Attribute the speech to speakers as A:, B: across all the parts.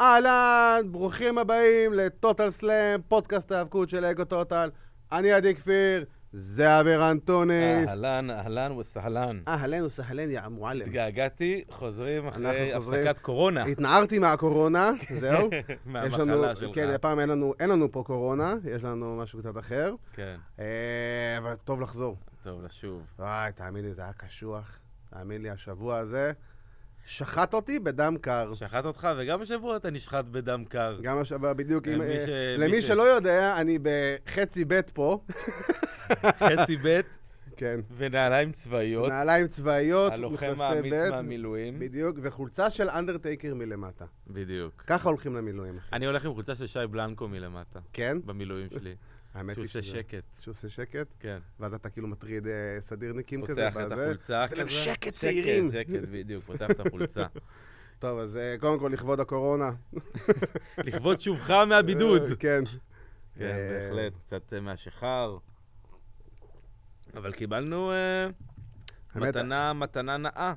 A: אהלן, ברוכים הבאים לטוטל סלאם, פודקאסט ההאבקות של אגו טוטל. אני עדי כפיר, זה אביר אנטוניס.
B: אהלן, אהלן וסהלן.
A: אהלן וסהלן, יא מועלם.
B: התגעגעתי, חוזרים אחרי
A: כן. אנחנו חוזרים.
B: הפסקת קורונה.
A: התנערתי מהקורונה, זהו. יש לנו-
B: מהמחלה שלך.
A: כן, הפעם אין לנו, אין לנו פה קורונה, יש לנו משהו קצת אחר.
B: כן,
A: אה, אבל טוב לחזור.
B: טוב, לשוב.
A: וואי, תאמין לי, זה היה קשוח. תאמין לי, השבוע הזה שחט אותי בדם קר.
B: שחט אותך, וגם השבוע אתה נשחט בדם קר.
A: גם השבוע בדיוק, אם-
B: למי
A: אה,
B: ש-
A: למי
B: מי ש-
A: שלא יודע, אני בחצי ב' פה,
B: חצי בית
A: כן,
B: ונעליים צבאיות.
A: נעליים צבאיות,
B: הלוחם
A: מכנסי
B: האמיץ
A: ב',
B: מהמילואים.
A: בדיוק, וחולצה של אנדרטייקר מלמטה.
B: בדיוק.
A: ככה הולכים למילואים, אחי.
B: אני הולך עם חולצה של שי בלנקו מלמטה,
A: כן?
B: במילואים שלי.
A: האמת
B: שהוא
A: היא
B: עושה
A: שזה...
B: שקט.
A: שהוא עושה שקט,
B: כן.
A: ואז אתה כאילו מטריד אה, סדירניקים כזה,
B: פותח את
A: בזה.
B: החולצה
A: עושה
B: כזה.
A: להם שקט, צעירים.
B: שקט, שקט, בדיוק. פותח את החולצה.
A: טוב, אז אה, קודם כל לכבוד הקורונה.
B: לכבוד שובך מהבידוד.
A: אה, כן.
B: כן,
A: אה,
B: בהחלט, קצת אה, מהשיכר. אבל קיבלנו אה,
A: האמת,
B: מתנה, מתנה נאה.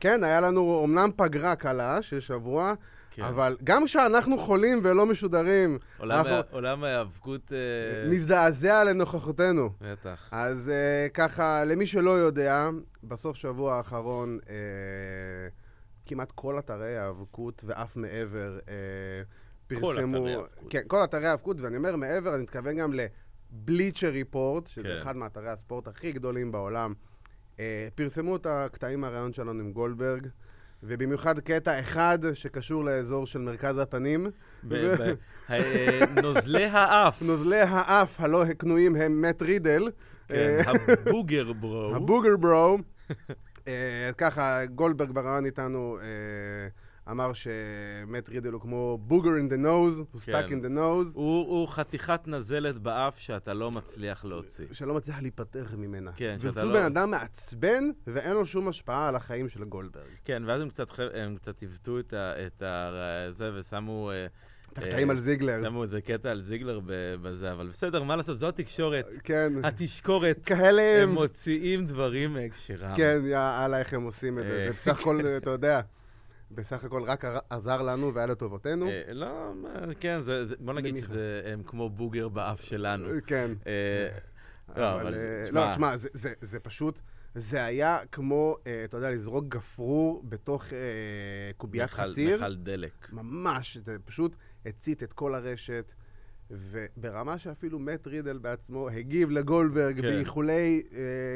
A: כן, היה לנו אומנם פגרה קלה של שבוע,
B: כן.
A: אבל גם כשאנחנו חולים ולא משודרים,
B: עולם
A: אנחנו-
B: ה- עולם ההיאבקות... אה,
A: מזדעזע לנוכחותנו.
B: בטח.
A: אז אה, ככה, למי שלא יודע, בסוף שבוע האחרון אה, כמעט כל אתרי ההיאבקות ואף מעבר אה, פרסמו...
B: אתרי ההיאבקות.
A: כן, כל אתרי ההיאבקות, ואני אומר מעבר, אני מתכוון גם לבליצ'ר ריפורט, שזה
B: כן.
A: אחד מאתרי הספורט הכי גדולים בעולם. אה, פרסמו את הקטעים מהראיון שלנו עם גולדברג. ובמיוחד קטע אחד שקשור לאזור של מרכז הפנים.
B: ב- ב- ה- אה, נוזלי האף.
A: נוזלי האף הלא הקנויים הם מאט רידל.
B: כן,
A: אה.
B: הבוגר ברו.
A: הבוגר ברו. אה, ככה, גולדברג ברעיון איתנו אה, אמר שמט רידל הוא כמו בוגר in the nose, הוא stuck
B: כן.
A: in the nose,
B: הוא הוא חתיכת נזלת באף שאתה לא מצליח להוציא.
A: שלא מצליח להיפטר ממנה.
B: כן, שאתה
A: ופשוט
B: לא-
A: בן אדם מעצבן ואין לו שום השפעה על החיים של גולדברג.
B: כן, ואז הם קצת ח- הם קצת עיוותו את ה- את ה- זה ושמו... אה,
A: את הקטעים
B: אה,
A: על זיגלר.
B: שמו איזה קטע על זיגלר ב- בזה, אבל בסדר, מה לעשות, זו התקשורת.
A: כן.
B: התשקורת.
A: כאלה
B: הם
A: הם...
B: מוציאים דברים מהקשרם.
A: כן, יא אללה, איך הם עושים את זה.
B: אה.
A: זה בסך הכל, אתה יודע, בסך הכל רק עזר לנו והיה לטובתנו.
B: אה, לא, מה, כן, זה, זה- בוא נגיד
A: למיכה.
B: שזה הם כמו בוגר באף שלנו.
A: כן.
B: אה, לא, אבל זה-
A: אה,
B: תשמע.
A: לא, תשמע, זה- זה- זה פשוט, זה היה כמו, אה, אתה יודע, לזרוק גפרור בתוך אה, קוביית
B: מכל-
A: חציר.
B: מכל דלק.
A: ממש, זה פשוט הצית את כל הרשת. וברמה שאפילו מאט רידל בעצמו הגיב לגולדברג
B: כן.
A: באיחולי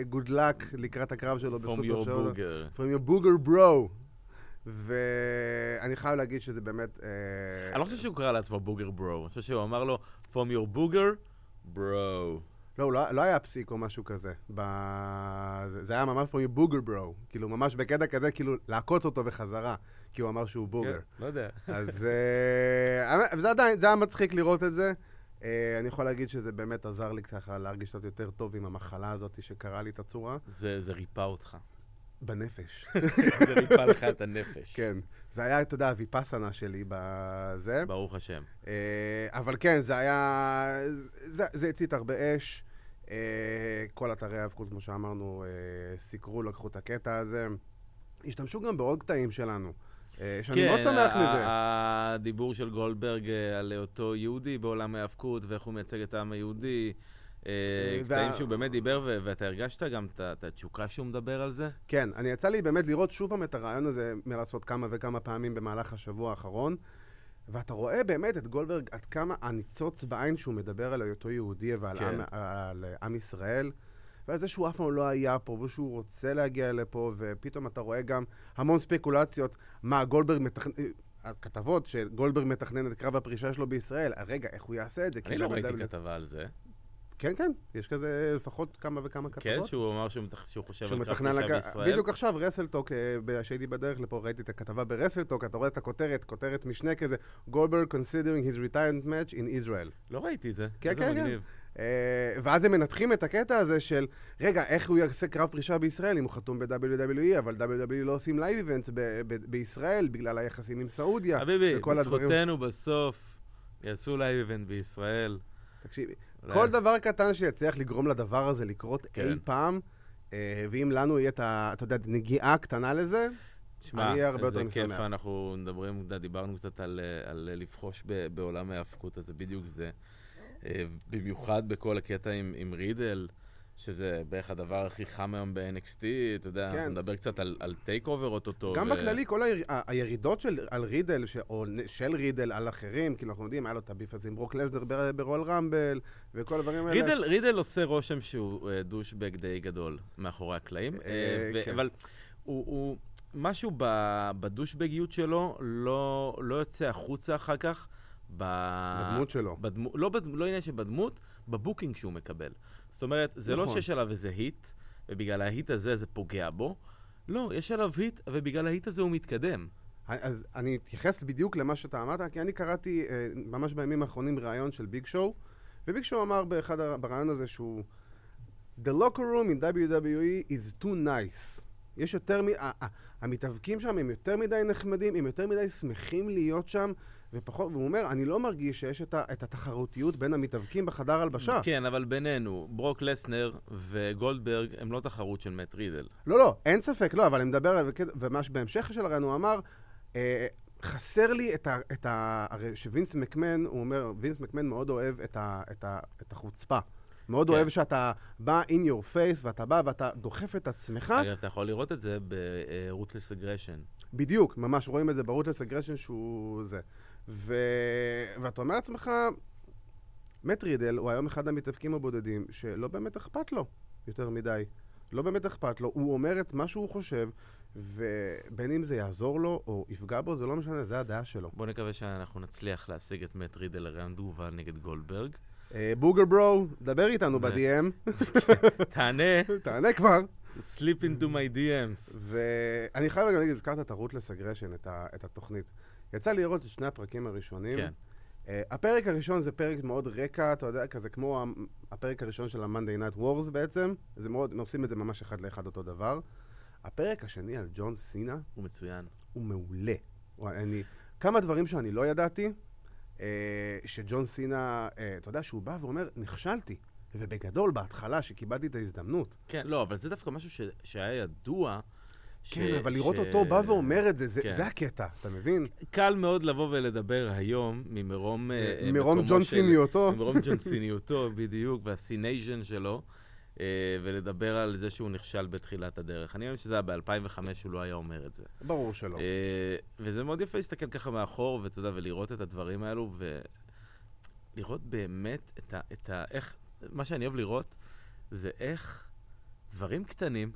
A: גוד לק לקראת הקרב שלו
B: From
A: בסופר
B: your
A: שאולה.
B: בוגר.
A: From your booger bro. ואני חייב להגיד שזה באמת... אה,
B: אני לא חושב שהוא קרא לעצמו בוגר ברו, אני חושב שהוא אמר לו, From your בוגר, ברו.
A: לא, הוא לא, לא היה פסיק או משהו כזה. ב... זה, זה היה ממש פעמים בוגר ברו. כאילו, ממש בקטע כזה, כאילו, לעקוץ אותו בחזרה, כי הוא אמר שהוא בוגר.
B: לא יודע.
A: אז אה, אבל זה עדיין, זה היה מצחיק לראות את זה. אה, אני יכול להגיד שזה באמת עזר לי ככה להרגיש קצת יותר טוב עם המחלה הזאת שקרה לי את הצורה.
B: זה זה ריפא אותך.
A: בנפש.
B: זה ריפא לך את הנפש.
A: כן. זה היה, אתה יודע, הוויפאסנה שלי בזה.
B: ברוך השם.
A: אה, אבל כן, זה היה... זה, זה הצית הרבה אש. אה, כל אתרי האבקות, כמו שאמרנו, אה, סיקרו, לקחו את הקטע הזה. השתמשו גם בעוד קטעים שלנו, אה, שאני
B: כן,
A: מאוד שמח
B: ה-
A: מזה.
B: ה- הדיבור של גולדברג אה, על אותו יהודי בעולם ההאבקות ואיך הוא מייצג את העם היהודי. אה,
A: וה-
B: קטעים שהוא באמת דיבר, ו- ואתה הרגשת גם את ה- את התשוקה שהוא מדבר על זה?
A: כן, אני יצא לי באמת לראות שוב פעם את הרעיון הזה מלעשות כמה וכמה פעמים במהלך השבוע האחרון, ואתה רואה באמת את גולדברג, עד כמה הניצוץ בעין שהוא מדבר על היותו יהודי ועל
B: כן.
A: עם, על עם ישראל, ועל זה שהוא אף פעם לא היה פה, ושהוא רוצה להגיע לפה, ופתאום אתה רואה גם המון ספקולציות, מה גולדברג מתכנן... הכתבות שגולדברג מתכנן את קרב הפרישה שלו בישראל, רגע, איך הוא יעשה את זה?
B: אני
A: כי
B: לא
A: ב- ב-
B: ראיתי כתבה על זה.
A: כן, כן, יש כזה לפחות כמה וכמה כתבות.
B: כן, שהוא אמר שהוא מתכ- שהוא חושב
A: שהוא
B: על קרב
A: מתכנן
B: פרישה
A: לגע...
B: בישראל.
A: בדיוק עכשיו, רסלטוק, אה, ב- שהייתי בדרך לפה, ראיתי את הכתבה ברסלטוק, אתה רואה את הכותרת, כותרת משנה כזה, Goldberg considering his retirement match in Israel.
B: לא ראיתי את זה.
A: כן,
B: איזה
A: כן, כן.
B: מגניב.
A: אה, ואז הם מנתחים את הקטע הזה של, רגע, איך הוא יעשה קרב פרישה בישראל אם הוא חתום ב-WWE, אבל WWE לא עושים לייב איבנטס ב- ב- בישראל בגלל היחסים עם סעודיה.
B: חביבי,
A: כן. וכל הדברים.
B: בזכותנו בסוף יעשו לייב איבנט בישראל.
A: תקשיבי,
B: אולי-
A: כל דבר קטן שיצליח לגרום לדבר הזה לקרות
B: אה. כן.
A: אי פעם, אה, ואם לנו יהיה את ה... אתה יודע, נגיעה קטנה לזה,
B: תשמע,
A: אני אהיה הרבה יותר
B: איזה כיף,
A: משמח.
B: אנחנו מדברים, אתה יודע, דיברנו קצת על, אה, על אה, לבחוש ב, בעולם ההאבקות, אז זה בדיוק זה. אה, במיוחד בכל הקטע עם, עם רידל, שזה בערך הדבר הכי חם היום ב-NXT, אתה יודע,
A: כן.
B: אנחנו נדבר קצת על, על טייק אובר אוטוטו.
A: גם
B: ו-
A: בכללי, כל היר... ה- הירידות של, על רידל, ש... או נ- של רידל על אחרים, כאילו, אנחנו יודעים, היה לו את הביף הזה עם ברוק לסנר בר... ברול רמבל, וכל הדברים האלה.
B: רידל, רידל עושה רושם שהוא אה, דושבג די גדול מאחורי הקלעים, אה,
A: אה,
B: ו-
A: כן.
B: אבל הוא, הוא משהו ב- בדושבגיות שלו לא, לא יוצא החוצה אחר כך. ב...
A: בדמות שלו.
B: בדמו, לא, בד, לא עניין שבדמות, בבוקינג שהוא מקבל. זאת אומרת, זה נכון. לא
A: נכון.
B: שיש עליו איזה היט, ובגלל ההיט הזה זה פוגע בו. לא, יש עליו היט, ובגלל ההיט הזה הוא מתקדם.
A: אז אני אתייחס בדיוק למה שאתה אמרת, כי אני קראתי אה, ממש בימים האחרונים ראיון של ביג שואו, וביג שואו אמר באחד הר- בראיון הזה שהוא The locker room in WWE is too nice. יש יותר מ... ה- ה- המתאבקים שם הם יותר מדי נחמדים, הם יותר מדי שמחים להיות שם, ופחות... והוא אומר, אני לא מרגיש שיש את, ה, את התחרותיות בין המתאבקים בחדר הלבשה.
B: כן, אבל בינינו, ברוק לסנר וגולדברג הם לא תחרות של מאט רידל.
A: לא, לא, אין ספק, לא, אבל אני מדבר על... וכן- ומה שבהמשך של הרעיון הוא אמר, אה, חסר לי את ה... את ה הרי שווינס מקמן, הוא אומר, וינס מקמן מאוד אוהב את, ה, את, ה, את החוצפה. מאוד
B: כן.
A: כן. אוהב שאתה בא in your face, ואתה בא ואתה דוחף את עצמך.
B: אגב, אתה יכול לראות את זה ב-Rootless Aggression.
A: בדיוק, ממש רואים את זה ברוטלס אגרשן שהוא זה. ו... ואתה אומר לעצמך, מאט רידל הוא היום אחד המתאבקים הבודדים שלא באמת אכפת לו יותר מדי. לא באמת אכפת לו, הוא אומר את מה שהוא חושב, ובין אם זה יעזור לו או יפגע בו, זה לא משנה, זה הדעה שלו.
B: בוא נקווה שאנחנו נצליח להשיג את מאט רידל לרעיון תגובה נגד גולדברג.
A: אה, בוגר ברו, דבר איתנו
B: באמת.
A: ב-DM,
B: תענה,
A: תענה כבר.
B: sleep into my DMs.
A: ואני חייב גם להגיד, הזכרת את הרוטלס אגרשן, את, ה... את התוכנית. יצא לי לראות את שני הפרקים הראשונים.
B: כן.
A: Uh, הפרק הראשון זה פרק מאוד רקע, אתה יודע, כזה כמו ה- הפרק הראשון של ה-Monday Night Wars בעצם. זה מאוד, הם עושים את זה ממש אחד לאחד אותו דבר. הפרק השני על ג'ון סינה
B: הוא מצוין.
A: הוא מעולה. הוא- אני, כמה דברים שאני לא ידעתי, uh, שג'ון סינה, uh, אתה יודע, שהוא בא ואומר, נכשלתי. ובגדול, בהתחלה, שקיבלתי את ההזדמנות.
B: כן, לא, אבל זה דווקא משהו ש- שהיה ידוע. ש-
A: כן, אבל לראות
B: ש-
A: אותו בא ואומר את זה, זה,
B: כן.
A: זה הקטע, אתה מבין?
B: קל מאוד לבוא ולדבר היום ממרום... אה, אה,
A: מרום
B: מקומו
A: ג'ון
B: של-
A: סיניותו.
B: מרום ג'ונסוניותו, בדיוק, והסינייז'ן שלו, אה, ולדבר על זה שהוא נכשל בתחילת הדרך. אני מאמין שזה היה ב-2005, הוא לא היה אומר את זה.
A: ברור שלא.
B: אה, וזה מאוד יפה להסתכל ככה מאחור, ואתה יודע, ולראות את הדברים האלו, ולראות באמת את ה... את ה איך, מה שאני אוהב לראות, זה איך דברים קטנים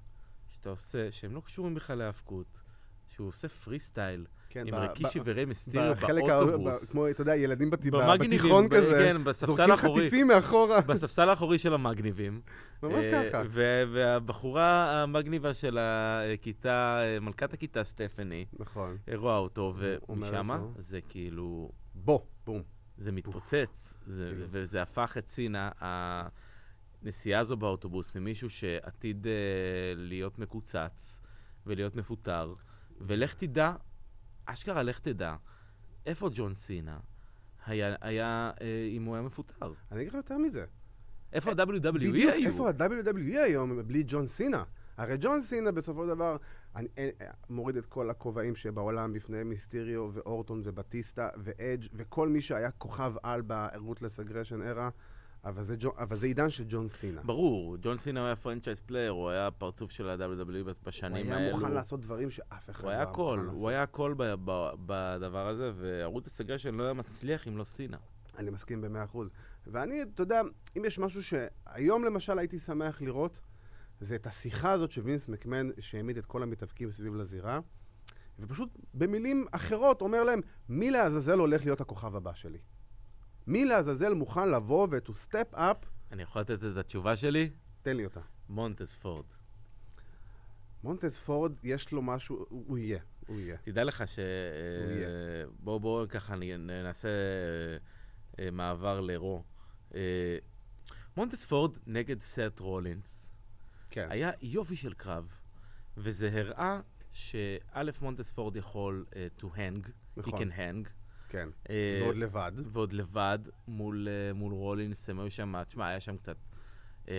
B: שאתה עושה, שהם לא קשורים בכלל להאבקות, שהוא עושה פרי סטייל,
A: כן,
B: עם
A: ב-
B: רקישי
A: ב-
B: ורמי סטיריו
A: בחלק ה- ב-
B: באוטובוס.
A: כמו, אתה יודע, ילדים בת-
B: במגניבים,
A: בתיכון
B: ב-
A: כזה.
B: כן, בספסל
A: זורקים
B: האחורי.
A: חטיפים מאחורה,
B: בספסל האחורי של המגניבים.
A: ממש
B: אה,
A: ככה.
B: ו- והבחורה המגניבה של הכיתה, אה, מלכת הכיתה, סטפני,
A: נכון.
B: אה, רואה אותו,
A: אומרת
B: ומשם
A: לו.
B: זה כאילו,
A: בוא, בום.
B: זה מתפוצץ, זה-
A: בדיוק.
B: וזה הפך את סינה, הנסיעה הזו באוטובוס, ממישהו שעתיד אה, להיות מקוצץ ולהיות מפוטר, ולך תדע, אשכרה לך תדע, איפה ג'ון סינה היה, היה אה, אם הוא היה מפוטר?
A: אני אגיד לך יותר מזה.
B: איפה ה-WWE היו?
A: אה, בדיוק איפה ה-WWE היום בלי ג'ון סינה? הרי ג'ון סינה בסופו של דבר אני, אה, אה, מוריד את כל הכובעים שבעולם בפני מיסטיריו ואורטון ובטיסטה ואדג' וכל מי שהיה כוכב על ב-Rootless Aggression era, אבל זה, ג'ו- אבל זה עידן של ג'ון סינה.
B: ברור, ג'ון סינה היה פרנצ'ייז פלייר, הוא היה הפרצוף של ה-WWE
A: הוא
B: בשנים
A: היה
B: האלו.
A: מוכן לעשות דברים שאף אחד
B: הוא
A: לא
B: היה
A: היה מוכן
B: הכל,
A: לעשות.
B: הוא היה הכל ב- ב- בדבר הזה, וערוץ הסגרשן לא היה מצליח אם לא סינה.
A: אני מסכים במאה אחוז. ואני, אתה יודע, אם יש משהו שהיום למשל הייתי שמח לראות, זה את השיחה הזאת של וינס מקמן, שהעמיד את כל המתאבקים סביב לזירה, ופשוט במילים אחרות אומר להם, מי לעזאזל הולך להיות הכוכב הבא שלי? מי לעזאזל מוכן לבוא ו-to step up,
B: אני יכול לתת את התשובה שלי?
A: תן לי אותה.
B: מונטס פורד.
A: מונטס פורד, יש לו משהו, הוא הוא יהיה, הוא יהיה.
B: תדע לך ש...
A: הוא יהיה.
B: אה, בואו בוא, ככה נ- נ- נעשה אה, אה, מעבר לרו. אה, מונטס פורד נגד סט רולינס.
A: כן.
B: היה יופי של קרב, וזה הראה שא' מונטס פורד יכול אה, to hang, he
A: נכון.
B: can hang.
A: כן.
B: אה,
A: ועוד לבד.
B: ועוד לבד מול, אה, מול רולינס, הם היו שם, תשמע, היה שם קצת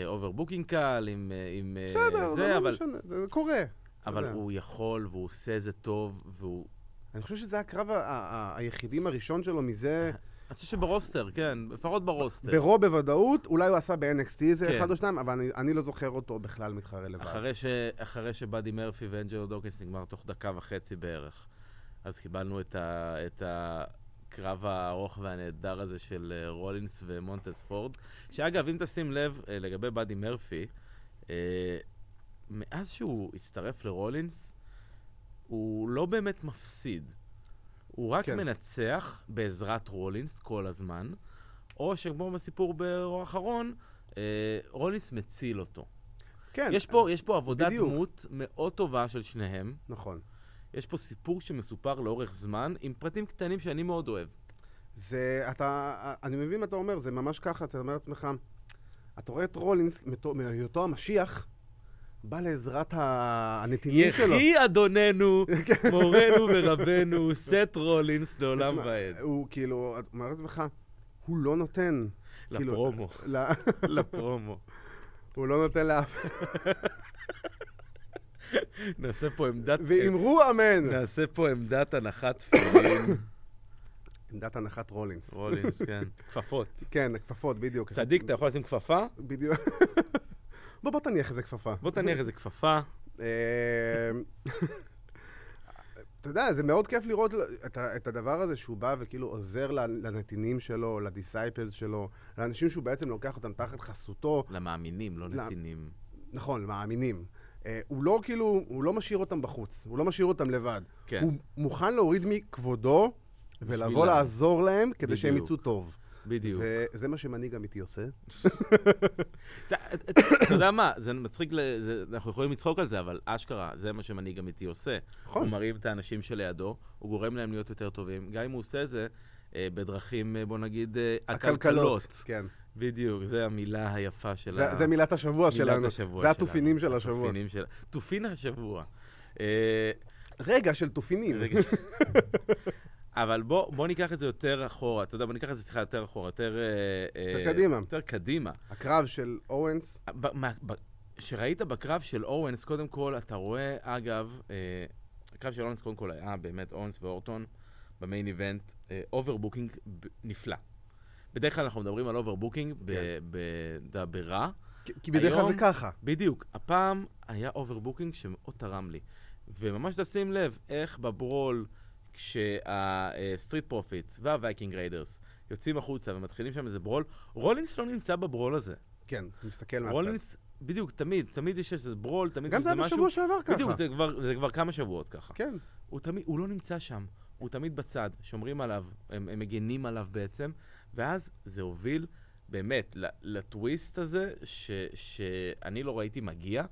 B: אוברבוקינג קל עם, אה, עם אה,
A: בסדר, זה
B: זה,
A: לא
B: אבל
A: משנה, זה קורה.
B: אבל
A: יודע.
B: הוא יכול, והוא עושה את זה טוב, והוא...
A: אני חושב שזה הקרב ה- ה- ה- היחידים הראשון שלו מזה,
B: אני חושב שברוסטר, כן, לפחות ברוסטר.
A: ברו בוודאות, אולי הוא עשה ב-NXT איזה
B: כן.
A: אחד או שניים, אבל אני, אני לא זוכר אותו בכלל מתחרה לבד.
B: אחרי, ש... אחרי שבאדי מרפי ואנג'לו דוקינס נגמר תוך דקה וחצי בערך, אז קיבלנו את, ה... את הקרב הארוך והנהדר הזה של אה, רולינס ומונטס פורד, שאגב, אם תשים לב אה, לגבי באדי מרפי, אה, מאז שהוא הצטרף לרולינס, הוא לא באמת מפסיד. הוא רק
A: כן.
B: כן. מנצח בעזרת רולינס כל הזמן, או שכמו בסיפור באור האחרון, אה, רולינס מציל אותו.
A: כן,
B: יש פה, יש פה עבודת
A: בדיוק.
B: בדיוק. דמות מאוד טובה של שניהם.
A: נכון.
B: יש פה סיפור שמסופר לאורך זמן, עם פרטים קטנים שאני מאוד אוהב.
A: זה, אתה, אני מבין מה אתה אומר, זה ממש ככה, אתה אומר לעצמך, אתה רואה את רולינס, מתו- מהיותו המשיח, בא לעזרת ה- הנתינים שלו. כן.
B: יחי אדוננו, מורנו ורבנו, סט רולינס לעולם
A: תשמע,
B: ועד.
A: הוא כאילו, אתה אומר לעצמך, הוא לא נותן. כאילו,
B: לפרומו,
A: ל-
B: לפרומו.
A: הוא לא נותן לאף...
B: נעשה פה עמדת... אה,
A: ואמרו אמן!
B: נעשה פה עמדת הנחת תפילין.
A: עמדת הנחת רולינס.
B: רולינס, כן. כפפות.
A: כן, הכפפות, בדיוק.
B: צדיק, אתה יכול לשים כפפה?
A: בדיוק. בוא, בוא תניח איזה כפפה.
B: בוא תניח איזה כפפה.
A: אמ, אתה יודע, זה מאוד כיף לראות את, ה- את הדבר הזה שהוא בא וכאילו עוזר ל- לנתינים שלו, לדיסייפלס שלו, לאנשים שהוא בעצם לוקח אותם תחת חסותו,
B: למאמינים, לא
A: למ-
B: נתינים.
A: נכון, מאמינים. אה, הוא לא כאילו, הוא לא משאיר אותם בחוץ, הוא לא משאיר אותם לבד.
B: כן,
A: הוא מוכן להוריד מכבודו ולבוא
B: בשבילם.
A: לעזור להם כדי שהם
B: בדיוק.
A: יצאו טוב.
B: בדיוק.
A: וזה מה שמנהיג אמיתי עושה.
B: אתה אתה יודע מה, זה מצחיק, ל- זה- אנחנו יכולים לצחוק על זה, אבל אשכרה, זה מה שמנהיג אמיתי עושה. הוא
A: נכון.
B: מראים את האנשים שלידו, הוא גורם להם להיות יותר טובים, גם אם הוא עושה את זה אה, בדרכים, אה, בוא נגיד, אה, עקלקלות.
A: כן.
B: בדיוק, זו המילה היפה של
A: זה, זה מילת השבוע שלנו.
B: השבוע
A: זה
B: שלנו.
A: התופינים של השבוע.
B: התופינים של... תופין השבוע. אה,
A: רגע של תופינים.
B: רגע. אבל בוא, בוא ניקח את זה יותר אחורה, אתה יודע, בוא ניקח את זה סליחה יותר אחורה, יותר... אה,
A: יותר
B: אה,
A: קדימה.
B: יותר קדימה.
A: הקרב של אורנס,
B: ב- מה- ב- שראית בקרב של אורנס, קודם כל, אתה רואה, אגב, אה, הקרב של אורנס קודם כל היה באמת אורנס ואורטון במיין איבנט, אה, אוברבוקינג ב- נפלא. בדרך כלל אנחנו מדברים על אוברבוקינג ב-
A: כן.
B: ב- ד- ברע.
A: כי- כי בדרך כלל
B: היום-
A: זה ככה.
B: בדיוק, הפעם היה אוברבוקינג שמאוד תרם לי. וממש תשים לב איך בברול, אה, כשהסטריט פרופיטס והווייקינג ריידרס יוצאים החוצה ומתחילים שם איזה ברול, רולינס לא נמצא בברול הזה.
A: כן, אני מסתכל מהצד.
B: רולינס, בדיוק, תמיד, תמיד יש איזה ברול, תמיד יש
A: גם זה
B: איזה
A: היה
B: משהו.
A: בשבוע שעבר ככה.
B: בדיוק, זה כבר, זה כבר כמה שבועות ככה.
A: כן,
B: הוא תמיד, הוא לא נמצא שם, הוא תמיד בצד, שומרים עליו, הם, הם מגנים עליו בעצם, ואז זה הוביל באמת ל- לטוויסט הזה, ש, שאני לא ראיתי מגיע,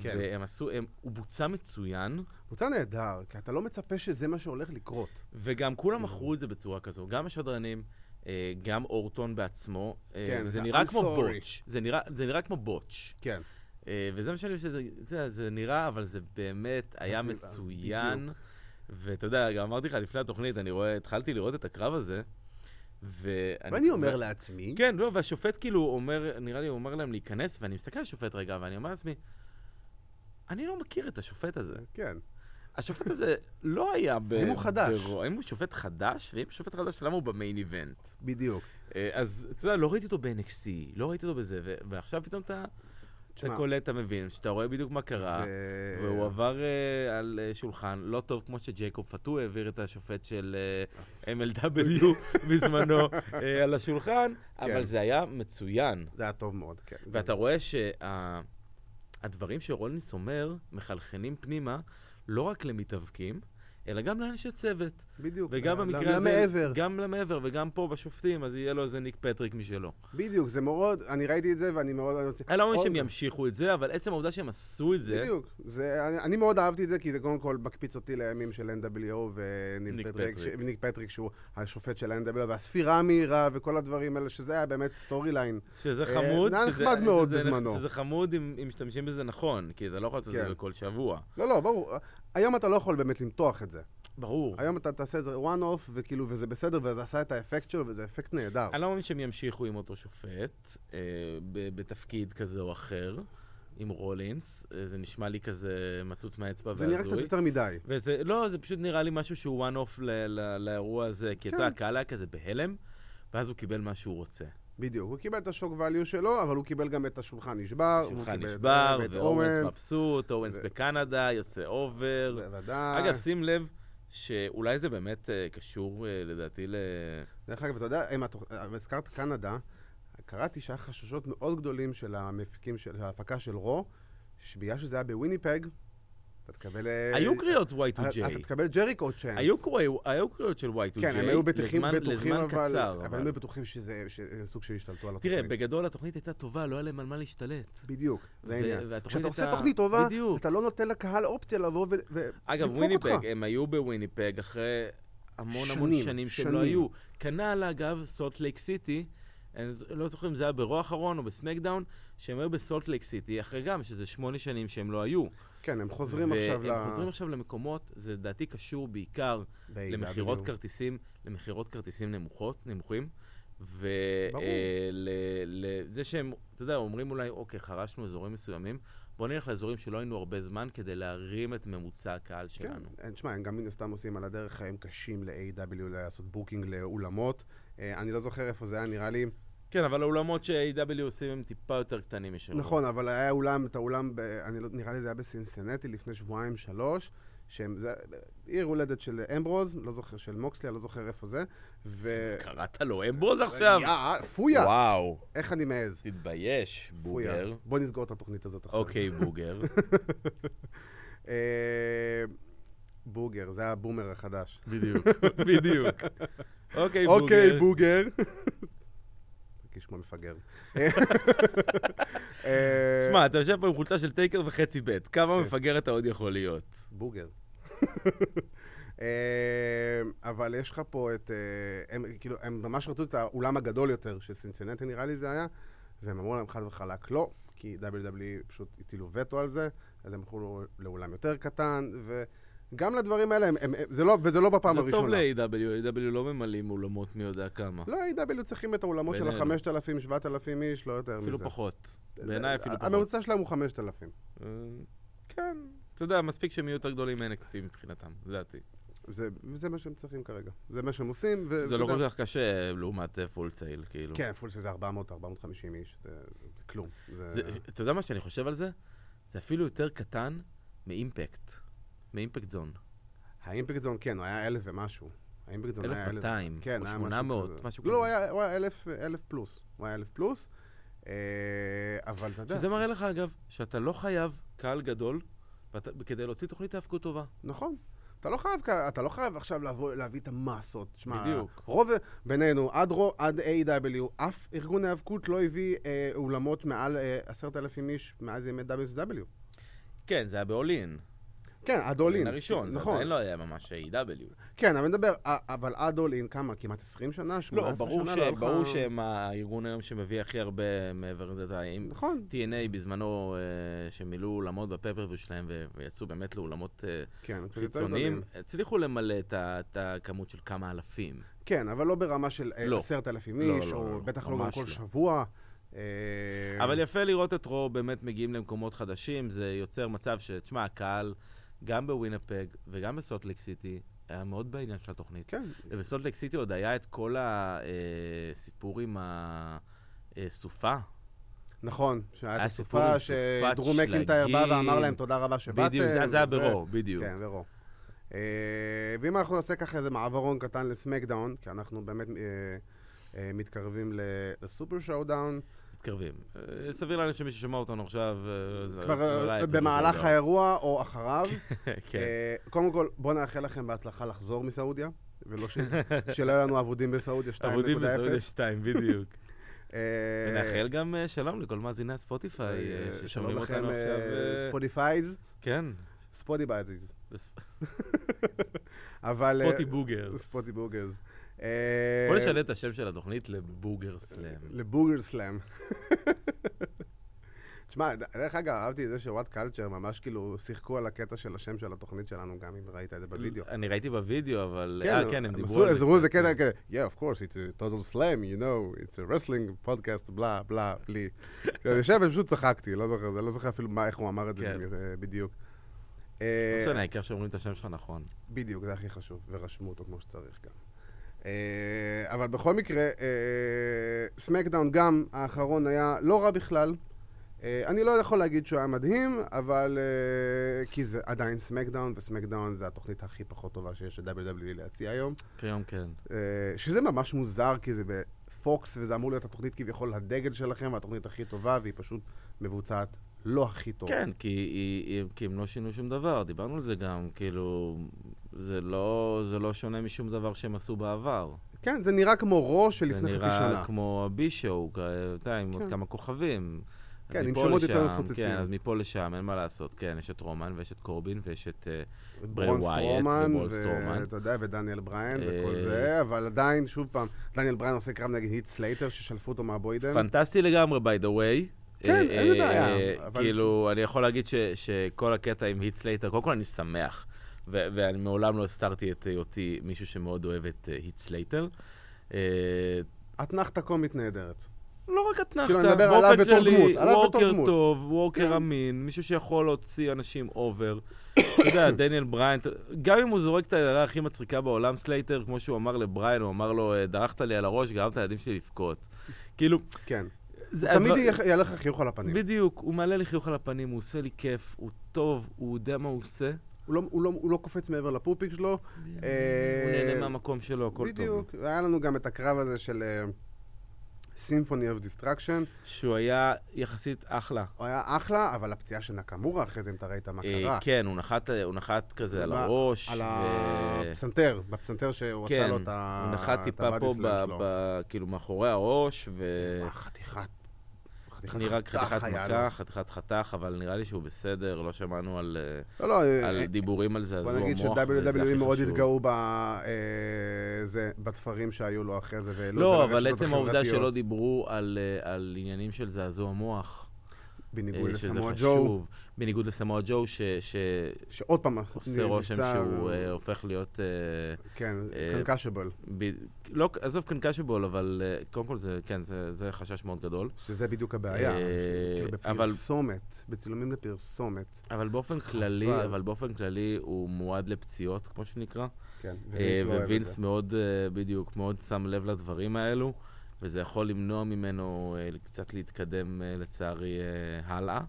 A: כן.
B: והם עשו, הם, הוא בוצע מצוין,
A: קבוצה נהדר, כי אתה לא מצפה שזה מה שהולך לקרות.
B: וגם
A: כן.
B: כולם מכרו את זה בצורה כזו, גם השדרנים. אה, גם אורטון בעצמו, אה,
A: כן,
B: זה
A: I'm
B: נראה כמו
A: sorry.
B: בוטש, זה נראה- זה נראה כמו בוטש.
A: כן.
B: אה, וזה מה שאני חושב שזה זה, זה נראה, אבל זה באמת היה
A: זה-
B: מצוין. ואתה יודע, גם אמרתי לך לפני התוכנית, אני רואה, התחלתי לראות את הקרב הזה, ואני...
A: ואני אומר לעצמי,
B: כן, לא, והשופט כאילו אומר, נראה לי הוא אומר להם להיכנס, ואני מסתכל על השופט רגע, ואני אומר לעצמי, אני לא מכיר את השופט הזה.
A: כן,
B: השופט הזה לא היה ב...
A: האם הוא חדש?
B: ברוע- האם הוא שופט חדש? ואם הוא שופט חדש, למה הוא במיין איבנט?
A: בדיוק.
B: אה, אז אתה יודע, לא ראיתי אותו ב-NXC, לא ראיתי אותו בזה, ו- ועכשיו פתאום אתה... אתה
A: תשמע,
B: קולט, אתה מבין, שאתה רואה בדיוק מה קרה,
A: זה-
B: והוא עבר אה, על אה, שולחן לא טוב כמו שג'ייקוב פטו העביר את השופט של אה, MLW בזמנו אה, על השולחן,
A: כן.
B: אבל זה היה מצוין.
A: זה היה טוב מאוד, כן.
B: ואתה רואה שהדברים שרולינס אומר מחלחלים פנימה לא רק למתאבקים, אלא גם לאנשי צוות.
A: בדיוק.
B: וגם
A: ל-
B: במקרה הזה,
A: למעבר.
B: גם למעבר וגם פה בשופטים, אז יהיה לו איזה ניק פטריק משלו.
A: בדיוק, זה מאוד, אני ראיתי את זה ואני מאוד... אני רוצה-
B: אני לא מאמין
A: עוד-
B: שהם ימשיכו את זה, אבל עצם העובדה שהם עשו את זה,
A: בדיוק. זה, אני, אני מאוד אהבתי את זה, כי זה קודם כל מקפיץ אותי לימים של NWO וניק
B: ניק
A: פטריק, ש,
B: פטריק.
A: וניק פטריק, שהוא השופט של NWO, והספירה המהירה וכל הדברים האלה, שזה היה באמת סטורי ליין.
B: שזה
A: אה,
B: חמוד,
A: זה היה
B: שזה-
A: נחמד מאוד
B: שזה-
A: בזמנו.
B: שזה חמוד אם אם משתמשים בזה נכון, כי אתה לא יכול לעשות את
A: כן.
B: זה בכל שבוע.
A: לא, לא, ברור. היום אתה לא יכול באמת למתוח את זה.
B: ברור.
A: היום אתה תעשה את זה one off, וכאילו, וזה בסדר, וזה עשה את האפקט שלו, וזה אפקט נהדר.
B: לא אני לא מאמין שהם ימשיכו עם אותו שופט אה, ב- בתפקיד כזה או אחר. עם רולינס, אה, זה נשמע לי כזה מצוץ מהאצבע
A: זה
B: והזוי.
A: נראה קצת יותר מדי.
B: וזה, לא, זה פשוט נראה לי משהו שהוא one off ל- ל- לאירוע הזה, כי
A: כן.
B: אתה, הקהל היה כזה בהלם, ואז הוא קיבל מה שהוא רוצה.
A: בדיוק. הוא קיבל את השוק value שלו, אבל הוא קיבל גם את השולחן נשבר. הוא
B: השולחן
A: קיבל את-
B: נשבר,
A: ואת
B: ואורנס
A: אורנס,
B: מבסוט, אורנס
A: ו-
B: בקנדה, יוצא אובר.
A: בוודאי.
B: אגב, שים לב שאולי זה באמת אה, קשור אה, לדעתי ל...
A: דרך אגב, אתה יודע, אם את הזכרת קנדה, קראתי שהיה חששות מאוד גדולים של המפיקים, של של ההפקה של רו, שבגלל שזה היה בוויניפג, אתה תקבל... אה,
B: היו קריאות
A: אתה- אתה
B: Y2J.
A: תקבל ג'ריקו צ'אנס.
B: היו קרוא- היו קריאות של Y2J
A: כן, הם היו בטוחים,
B: לזמן-
A: בטוחים
B: לזמן
A: אבל...
B: קצר.
A: אבל
B: אבל-
A: הם היו בטוחים שזה שזה סוג של השתלטו על התוכנית.
B: תראה, בגדול התוכנית הייתה טובה, לא היה להם על מה להשתלט.
A: בדיוק, זה
B: ו-
A: העניין.
B: והתוכנית
A: כשאתה עושה
B: הייתה-
A: תוכנית טובה,
B: בדיוק.
A: אתה לא נותן לקהל אופציה לבוא ו- ו-
B: אגב,
A: לדפוק אותך.
B: וויניפג, הם היו בוויניפג אחרי המון המון
A: שנים,
B: שנים שהם
A: שנים.
B: לא היו. כנ"ל, אגב, סולט לייק סיטי, אני ז- לא זוכר אם זה היה ברוע האחרון או בסמקדאון, שהם היו בסולט לייק סיטי, אחרי גם, שזה שמונה שנים שהם לא היו.
A: כן, הם חוזרים
B: והם
A: עכשיו ל...
B: חוזרים עכשיו למקומות, זה לדעתי קשור בעיקר
A: ב-AW.
B: למכירות כרטיסים, למכירות כרטיסים נמוכות, נמוכים. אה,
A: ברור.
B: ולזה שהם, אתה יודע, אומרים אולי, אוקיי, חרשנו אזורים מסוימים, בוא נלך לאזורים שלא היינו הרבה זמן כדי להרים את ממוצע הקהל
A: כן,
B: שלנו.
A: אה, תשמע, הם גם מן הסתם עושים על הדרך חיים קשים ל-AW לעשות בוקינג לאולמות. אה, אני לא זוכר איפה זה היה, נראה לי.
B: כן, אבל האולמות ש-AW עושים הם טיפה יותר קטנים משלנו.
A: נכון, אבל היה אולם, את האולם, ב- אני לא- נראה לי זה היה בסינסנטי לפני שבועיים, שלוש, שהם, זה עיר הולדת של אמברוז, לא זוכר, של מוקסלי, אני לא זוכר איפה זה. ו...
B: קראת לו אמברוז עכשיו?
A: יא, פויה!
B: וואו,
A: איך אני מעז?
B: תתבייש,
A: פויה.
B: בוגר.
A: בוא נסגור את התוכנית הזאת עכשיו.
B: אוקיי, בוגר.
A: אה, בוגר, זה הבומר החדש.
B: בדיוק, בדיוק. אוקיי, בוגר.
A: אוקיי, בוגר. כשמו מפגר. אה,
B: תשמע, אתה יושב פה עם חולצה של טייקר וחצי ב', כמה
A: כן.
B: מפגר אתה עוד יכול להיות?
A: בוגר. אה, אבל יש לך פה את... אה, הם כאילו, הם ממש רצו את האולם הגדול יותר של סינסינטי, נראה לי זה היה, והם אמרו להם חד וחלק לא, כי WWE פשוט הטילו וטו על זה, אז הם הלכו לאולם יותר קטן, וגם לדברים האלה, הם, הם, הם- זה לא, וזה לא בפעם
B: זה טוב
A: הראשונה.
B: ל-AW, AW לא ממלאים אולמות מי יודע כמה.
A: לא, A.W. צריכים את האולמות של
B: בעיניי לא.
A: ה-5,000, 7,000 איש, לא יותר
B: אפילו
A: מזה. אה,
B: פחות.
A: זה-
B: בעיניי אפילו
A: ה-
B: פחות.
A: הממוצע שלהם הוא 5,000.
B: אה, כן, אתה יודע, מספיק שהם יהיו יותר גדולים מ-NXT מבחינתם, לדעתי.
A: זה, וזה מה שהם צריכים כרגע. זה מה שהם עושים, ו...
B: זה לא
A: ואתה יודע-
B: כל כך קשה לעומת פול סייל, כאילו.
A: אה, כן, פול סייל זה 400, 450 איש, זה, זה כלום. זה...
B: זה- אתה יודע מה שאני חושב על זה? זה אפילו יותר קטן מאימפקט. מאימפקט זון.
A: האימפקט זון, כן, הוא היה אלף ומשהו. האימפקט זון היה
B: 1,200,
A: כן,
B: או
A: היה משהו
B: 800,
A: כזה.
B: משהו
A: לא, הוא
B: כזה.
A: היה- הוא היה אלף- אלף פלוס. הוא היה אלף פלוס. אה, אבל אתה יודע...
B: שזה מראה לך, אגב, שאתה לא חייב קהל גדול ואתה- כדי להוציא תוכנית האבקות טובה.
A: נכון. אתה לא חייב, כ- אתה לא חייב עכשיו לבוא, להביא את המסות. שמע,
B: בדיוק.
A: רוב, בינינו, עד, רו, עד A.W, אף ארגון האבקות לא הביא אה, אולמות מעל אה, עשרת אלפים איש מאז ימי WSW.
B: כן, זה היה באולין.
A: כן, עד אולין.
B: הראשון, זה
A: נכון.
B: עדיין לא היה ממש A.W.
A: כן, אבל נדבר, אה, אבל עד אולין כמה? כמעט 20 שנה? 18
B: לא, ברור,
A: שנה?
B: ש...
A: היה לך-
B: ברור שהם הארגון היום שמביא הכי הרבה מעבר לזה. אתה יודע, אם
A: נכון,
B: TNA בזמנו, אה, שמילאו אולמות בפפרוויו שלהם ו... ויצאו באמת לאולמות אה,
A: כן. הם קצת יותר
B: חיצוניים,
A: גדולים.
B: הצליחו למלא את ה- את הכמות של כמה אלפים.
A: כן, אבל לא ברמה של אה,
B: לא.
A: 10,000
B: לא,
A: איש,
B: לא,
A: או
B: לא,
A: בטח לא גם
B: ממש
A: כל
B: לא.
A: שבוע. אה,
B: אבל יפה לראות את רו באמת מגיעים למקומות חדשים, זה יוצר מצב שתשמע, הקהל, גם בווינפג וגם בסוטליק סיטי, היה מאוד בעניין של התוכנית.
A: כן,
B: ובסולטלק סיטי עוד היה את כל הסיפור עם אה, הסופה.
A: נכון, שהיה את
B: היה סיפור
A: הסופה
B: עם סופת
A: שדרום מקינטייר בא
B: שלגים.
A: ואמר להם תודה רבה שבאתם.
B: בדיוק, זה זה היה
A: וזה-
B: ברו, בדיוק.
A: אה, כן, ורו. אה, ואם אנחנו נעשה ככה איזה מעברון קטן לסמקדאון, כי אנחנו באמת אה, אה, מתקרבים ל- לסופר שאודאון,
B: מתקרבים. אה, סביר להניח שמי ששומע אותנו עכשיו... אה, זה-
A: כבר אה,
B: ראה את זה
A: במהלך
B: בסדר.
A: האירוע או אחריו.
B: כן.
A: אה, קודם כל, בואו נאחל לכם בהצלחה לחזור מסעודיה, ולא ש- שלא יהיו לנו אבודים בסעודיה 2.0.
B: עבודים בסעודיה 2, בדיוק.
A: אה,
B: ונאחל גם אה, שלום לכל מאזיני הספוטיפיי אה,
A: אה,
B: ששומעים אותנו עכשיו.
A: אה,
B: אה,
A: ספוטיפייז,
B: כן.
A: ספוטיבייזיז.
B: בספ-
A: אבל... אה,
B: ספוטי בוגרס.
A: ספוטי אה, בוגרס.
B: בוא נשנה את השם של התוכנית לבוגר סלאם.
A: לבוגר סלאם. תשמע, ד- דרך אגב, אהבתי את זה שוואט קלצ'ר ממש כאילו שיחקו על הקטע של השם של התוכנית שלנו, גם אם ראית את זה בווידאו.
B: אני ראיתי בווידאו, אבל... אה, כן, הם דיברו
A: על
B: על לא
A: זה. אמרו איזה קטע כזה, yeah, of course, it's a total slam, you know, it's a wrestling podcast, בלה, בלה, בלי. אני יושב ופשוט צחקתי, לא זוכר, אני לא זוכר אפילו מה, איך הוא אמר את זה
B: כן.
A: במי- אה, בדיוק.
B: לא
A: אה,
B: משנה, העיקר שאומרים את השם שלך נכון.
A: בדיוק, זה הכי חשוב, ורשמו אותו כמו שצריך גם. אה, אבל בכל מקרה, אה, סמקדאון גם, האחרון היה לא רע בכלל. אה, אני לא יכול להגיד שהוא היה מדהים, אבל... אה, כי זה עדיין סמקדאון, וסמקדאון זה התוכנית הכי פחות טובה שיש ל-WWE להציע היום.
B: כיום כן.
A: אה, שזה ממש מוזר, כי זה בפוקס, וזה אמור להיות התוכנית כביכול הדגל שלכם, והתוכנית הכי טובה, והיא פשוט מבוצעת לא הכי טוב.
B: כן, כי, היא- היא- כי הם לא שינו שום דבר, דיברנו על זה גם, כאילו, זה לא, זה לא שונה משום דבר שהם עשו בעבר.
A: כן, זה נראה כמו רו של לפני חצי
B: זה
A: שנה.
B: נראה כמו הבי-שואו, כ- אתה יודע, עם
A: כן.
B: עוד כמה כוכבים. אז
A: כן, עם
B: מפה
A: שמות יותר
B: לשם,
A: מפוצצים.
B: כן, אז מפה לשם, אין מה לעשות. כן, יש את רומן ויש את קורבין ויש את... אה, ברי
A: ברון
B: ווייט
A: סטרומן,
B: ובול סטרומן.
A: ואתה יודע, ודניאל בריין וכל
B: אה,
A: זה, אבל עדיין, שוב פעם, דניאל בריין עושה קרב נגד היט סלייטר, ששלפו אותו מהבוידן.
B: פנטסטי לגמרי, by the way.
A: כן,
B: אה,
A: אין לי
B: אה,
A: בעיה,
B: אה,
A: אבל-
B: כאילו, אני יכול להגיד ש- שכל הקטע עם היט סלייטר, קודם כל אני שמח, ו- ואני מעולם לא הסתרתי את היותי מישהו שמאוד אוהב את היט סלייטר. אה,
A: אתנחתה קומית נהדרת.
B: לא רק אתנחתא,
A: כאילו, אני מדבר עליו
B: באופן
A: בתור
B: כללי,
A: דמות, עליו בתור
B: ווקר
A: דמות.
B: טוב, ווקר
A: כן.
B: אמין, מישהו שיכול להוציא אנשים אובר. אתה יודע, דניאל בריין, גם אם הוא זורק את ההערה הכי מצחיקה בעולם, סלייטר, כמו שהוא אמר לבריין, הוא אמר לו, "אה, דרכת לי על הראש, גרמת לילדים שלי לבכות. כאילו,
A: כן.
B: זה
A: תמיד
B: הדבר-
A: יהיה יהיה לך חיוך על הפנים.
B: בדיוק, הוא מעלה לי חיוך על הפנים, הוא עושה לי כיף, הוא טוב, הוא יודע מה הוא עושה.
A: הוא לא- הוא לא- הוא לא קופץ מעבר לפופיק שלו.
B: הוא
A: אה,
B: נהנה מהמקום שלו, הכל טוב.
A: בדיוק. היה לנו גם את הקרב הזה של אה, סימפוני אוף דיסטרקשן.
B: שהוא היה יחסית אחלה.
A: הוא היה אחלה, אבל הפציעה של נקמורה אחרי זה, אם אתה ראית מה
B: אה,
A: קרה.
B: כן, הוא נחת- הוא נחת כזה על
A: ב-
B: הראש.
A: על
B: ו-
A: הפסנתר, בפסנתר שהוא עשה
B: כן,
A: לו את ה...
B: הוא נחת
A: את
B: טיפה
A: הבאדי
B: פה,
A: סלאם
B: ב-
A: שלו.
B: ב- כאילו מאחורי הראש,
A: מה,
B: ונראה
A: חתיכת... חתיכת
B: חתיכת
A: היה לו.
B: מכה, חתיכת חתך, אבל נראה לי שהוא בסדר, לא שמענו על אה,
A: לא, לא, אה,
B: על דיבורים על זה, אז הוא
A: בוא
B: המוח,
A: נגיד
B: וזה הכי
A: ש-WWE מאוד
B: חשוב.
A: התגאו ב- אה, זה- בתפרים שהיו לו אחרי זה, והעלו
B: לא,
A: את זה
B: אבל
A: לרשתות
B: עצם העובדה
A: החברתיות,
B: שלא דיברו על אה, על עניינים של זעזוע מוח,
A: בניגוד
B: אה, שזה
A: לסמואל ג'ו,
B: חשוב, בניגוד לסמואל ג'ו, ש- שעושה
A: שעוד פעם,
B: רושם
A: נפצע,
B: שהוא
A: ו-
B: אה, הופך להיות... אה,
A: כן,
B: אה,
A: קונקשבל,
B: ב- לא, עזוב קנקשבול, אבל אה, קודם כל זה, כן, זה זה חשש מאוד גדול.
A: שזה בדיוק הבעיה.
B: אה,
A: כאילו
B: אבל-
A: בפרסומת, בצילומים לפרסומת,
B: אבל באופן כללי,
A: חבל.
B: אבל באופן כללי הוא מועד לפציעות, כמו שנקרא.
A: כן.
B: אה,
A: ווינס לא אוהב את
B: ווינס
A: זה.
B: מאוד, אה, בדיוק, מאוד שם לב לדברים האלו, וזה יכול למנוע ממנו אה, קצת להתקדם, אה, לצערי, אה, הלאה.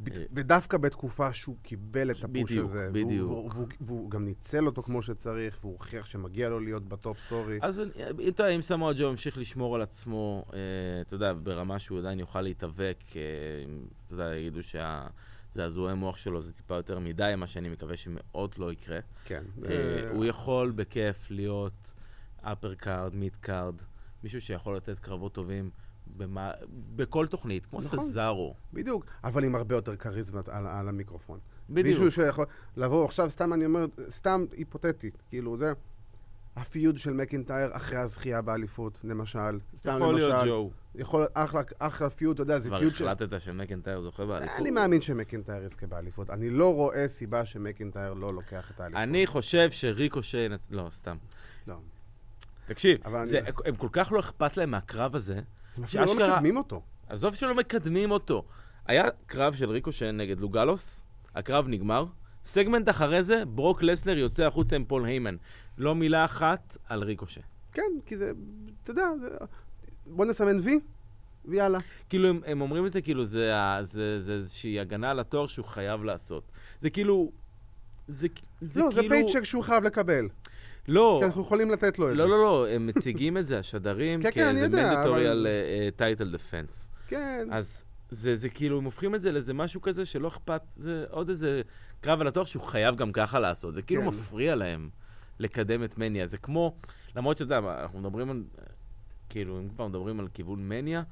A: בד-
B: אה,
A: ודווקא בתקופה שהוא קיבל את הפוש
B: בדיוק,
A: הזה, והוא-
B: בדיוק.
A: והוא- והוא- והוא גם ניצל אותו כמו שצריך, והוא הוכיח שמגיע לו להיות בטופ סטורי.
B: אז אני- אה, אתה יודע, אם סמואל ג'ו ימשיך לשמור על עצמו, אה, אתה יודע, ברמה שהוא עדיין יוכל להתאבק, אה, אם, אתה יודע, יגידו שהזעזועי מוח שלו זה טיפה יותר מדי, מה שאני מקווה שמאוד לא יקרה.
A: כן.
B: אה,
A: אה,
B: הוא יכול בכיף להיות אפר קארד, מיד קארד, מישהו שיכול לתת קרבות טובים במה- בכל תוכנית, כמו
A: נכון.
B: סזארו.
A: בדיוק, אבל עם הרבה יותר כריזמה על, על המיקרופון. מישהו
B: בדיוק.
A: שיכול לבוא עכשיו, סתם אני אומר, סתם היפותטית, כאילו זה, הפיוד של מקינטייר אחרי הזכייה באליפות, למשל. סתם
B: יכול
A: למשל,
B: להיות ג'ו.
A: יכול, אחלה, אחלה פיוד, אתה יודע, זה
B: כבר
A: פיוד של...
B: החלטת שמקנטייר זוכה באליפות?
A: אני מאמין שמקינטייר יזכה באליפות. אני לא רואה סיבה שמקינטייר לא לוקח את האליפות.
B: אני חושב שריקושה ינצ... לא, סתם.
A: לא.
B: תקשיב,
A: אבל אני-
B: זה- הם כל כך לא אכפת להם מהקרב הזה,
A: הם אפילו לא
B: שאשכרה-
A: מקדמים אותו.
B: עזוב שלא מקדמים אותו. היה קרב של ריקושה נגד לוגלוס, הקרב נגמר. סגמנט אחרי זה, ברוק לסנר יוצא החוצה עם פול היימן. לא מילה אחת על ריקושה.
A: כן, כי זה, אתה יודע, זה... בוא נסמן וי, ויאללה.
B: כאילו, הם, הם אומרים את זה כאילו זה, ה- זה, זה איזושהי הגנה על התואר שהוא חייב לעשות. זה כאילו... זה, זה
A: לא, זה
B: כאילו...
A: פייצ'ק שהוא חייב לקבל.
B: לא,
A: כי אנחנו יכולים לתת לו את זה.
B: לא, לא, לא, הם מציגים את זה, אה, השדרים,
A: כן, כן, אני
B: כאיזה
A: יודע, אבל-
B: מנדטוריאל טייטל דפנס.
A: כן.
B: אז זה, זה כאילו, הם הופכים את זה לאיזה משהו כזה שלא אכפת, זה עוד איזה קרב על התואר שהוא חייב גם ככה לעשות. זה כאילו
A: כן.
B: מפריע להם לקדם את מניה. זה כמו, למרות שאתה יודע, מה, אנחנו מדברים על, כאילו, אם כבר מדברים על כיוון מניה,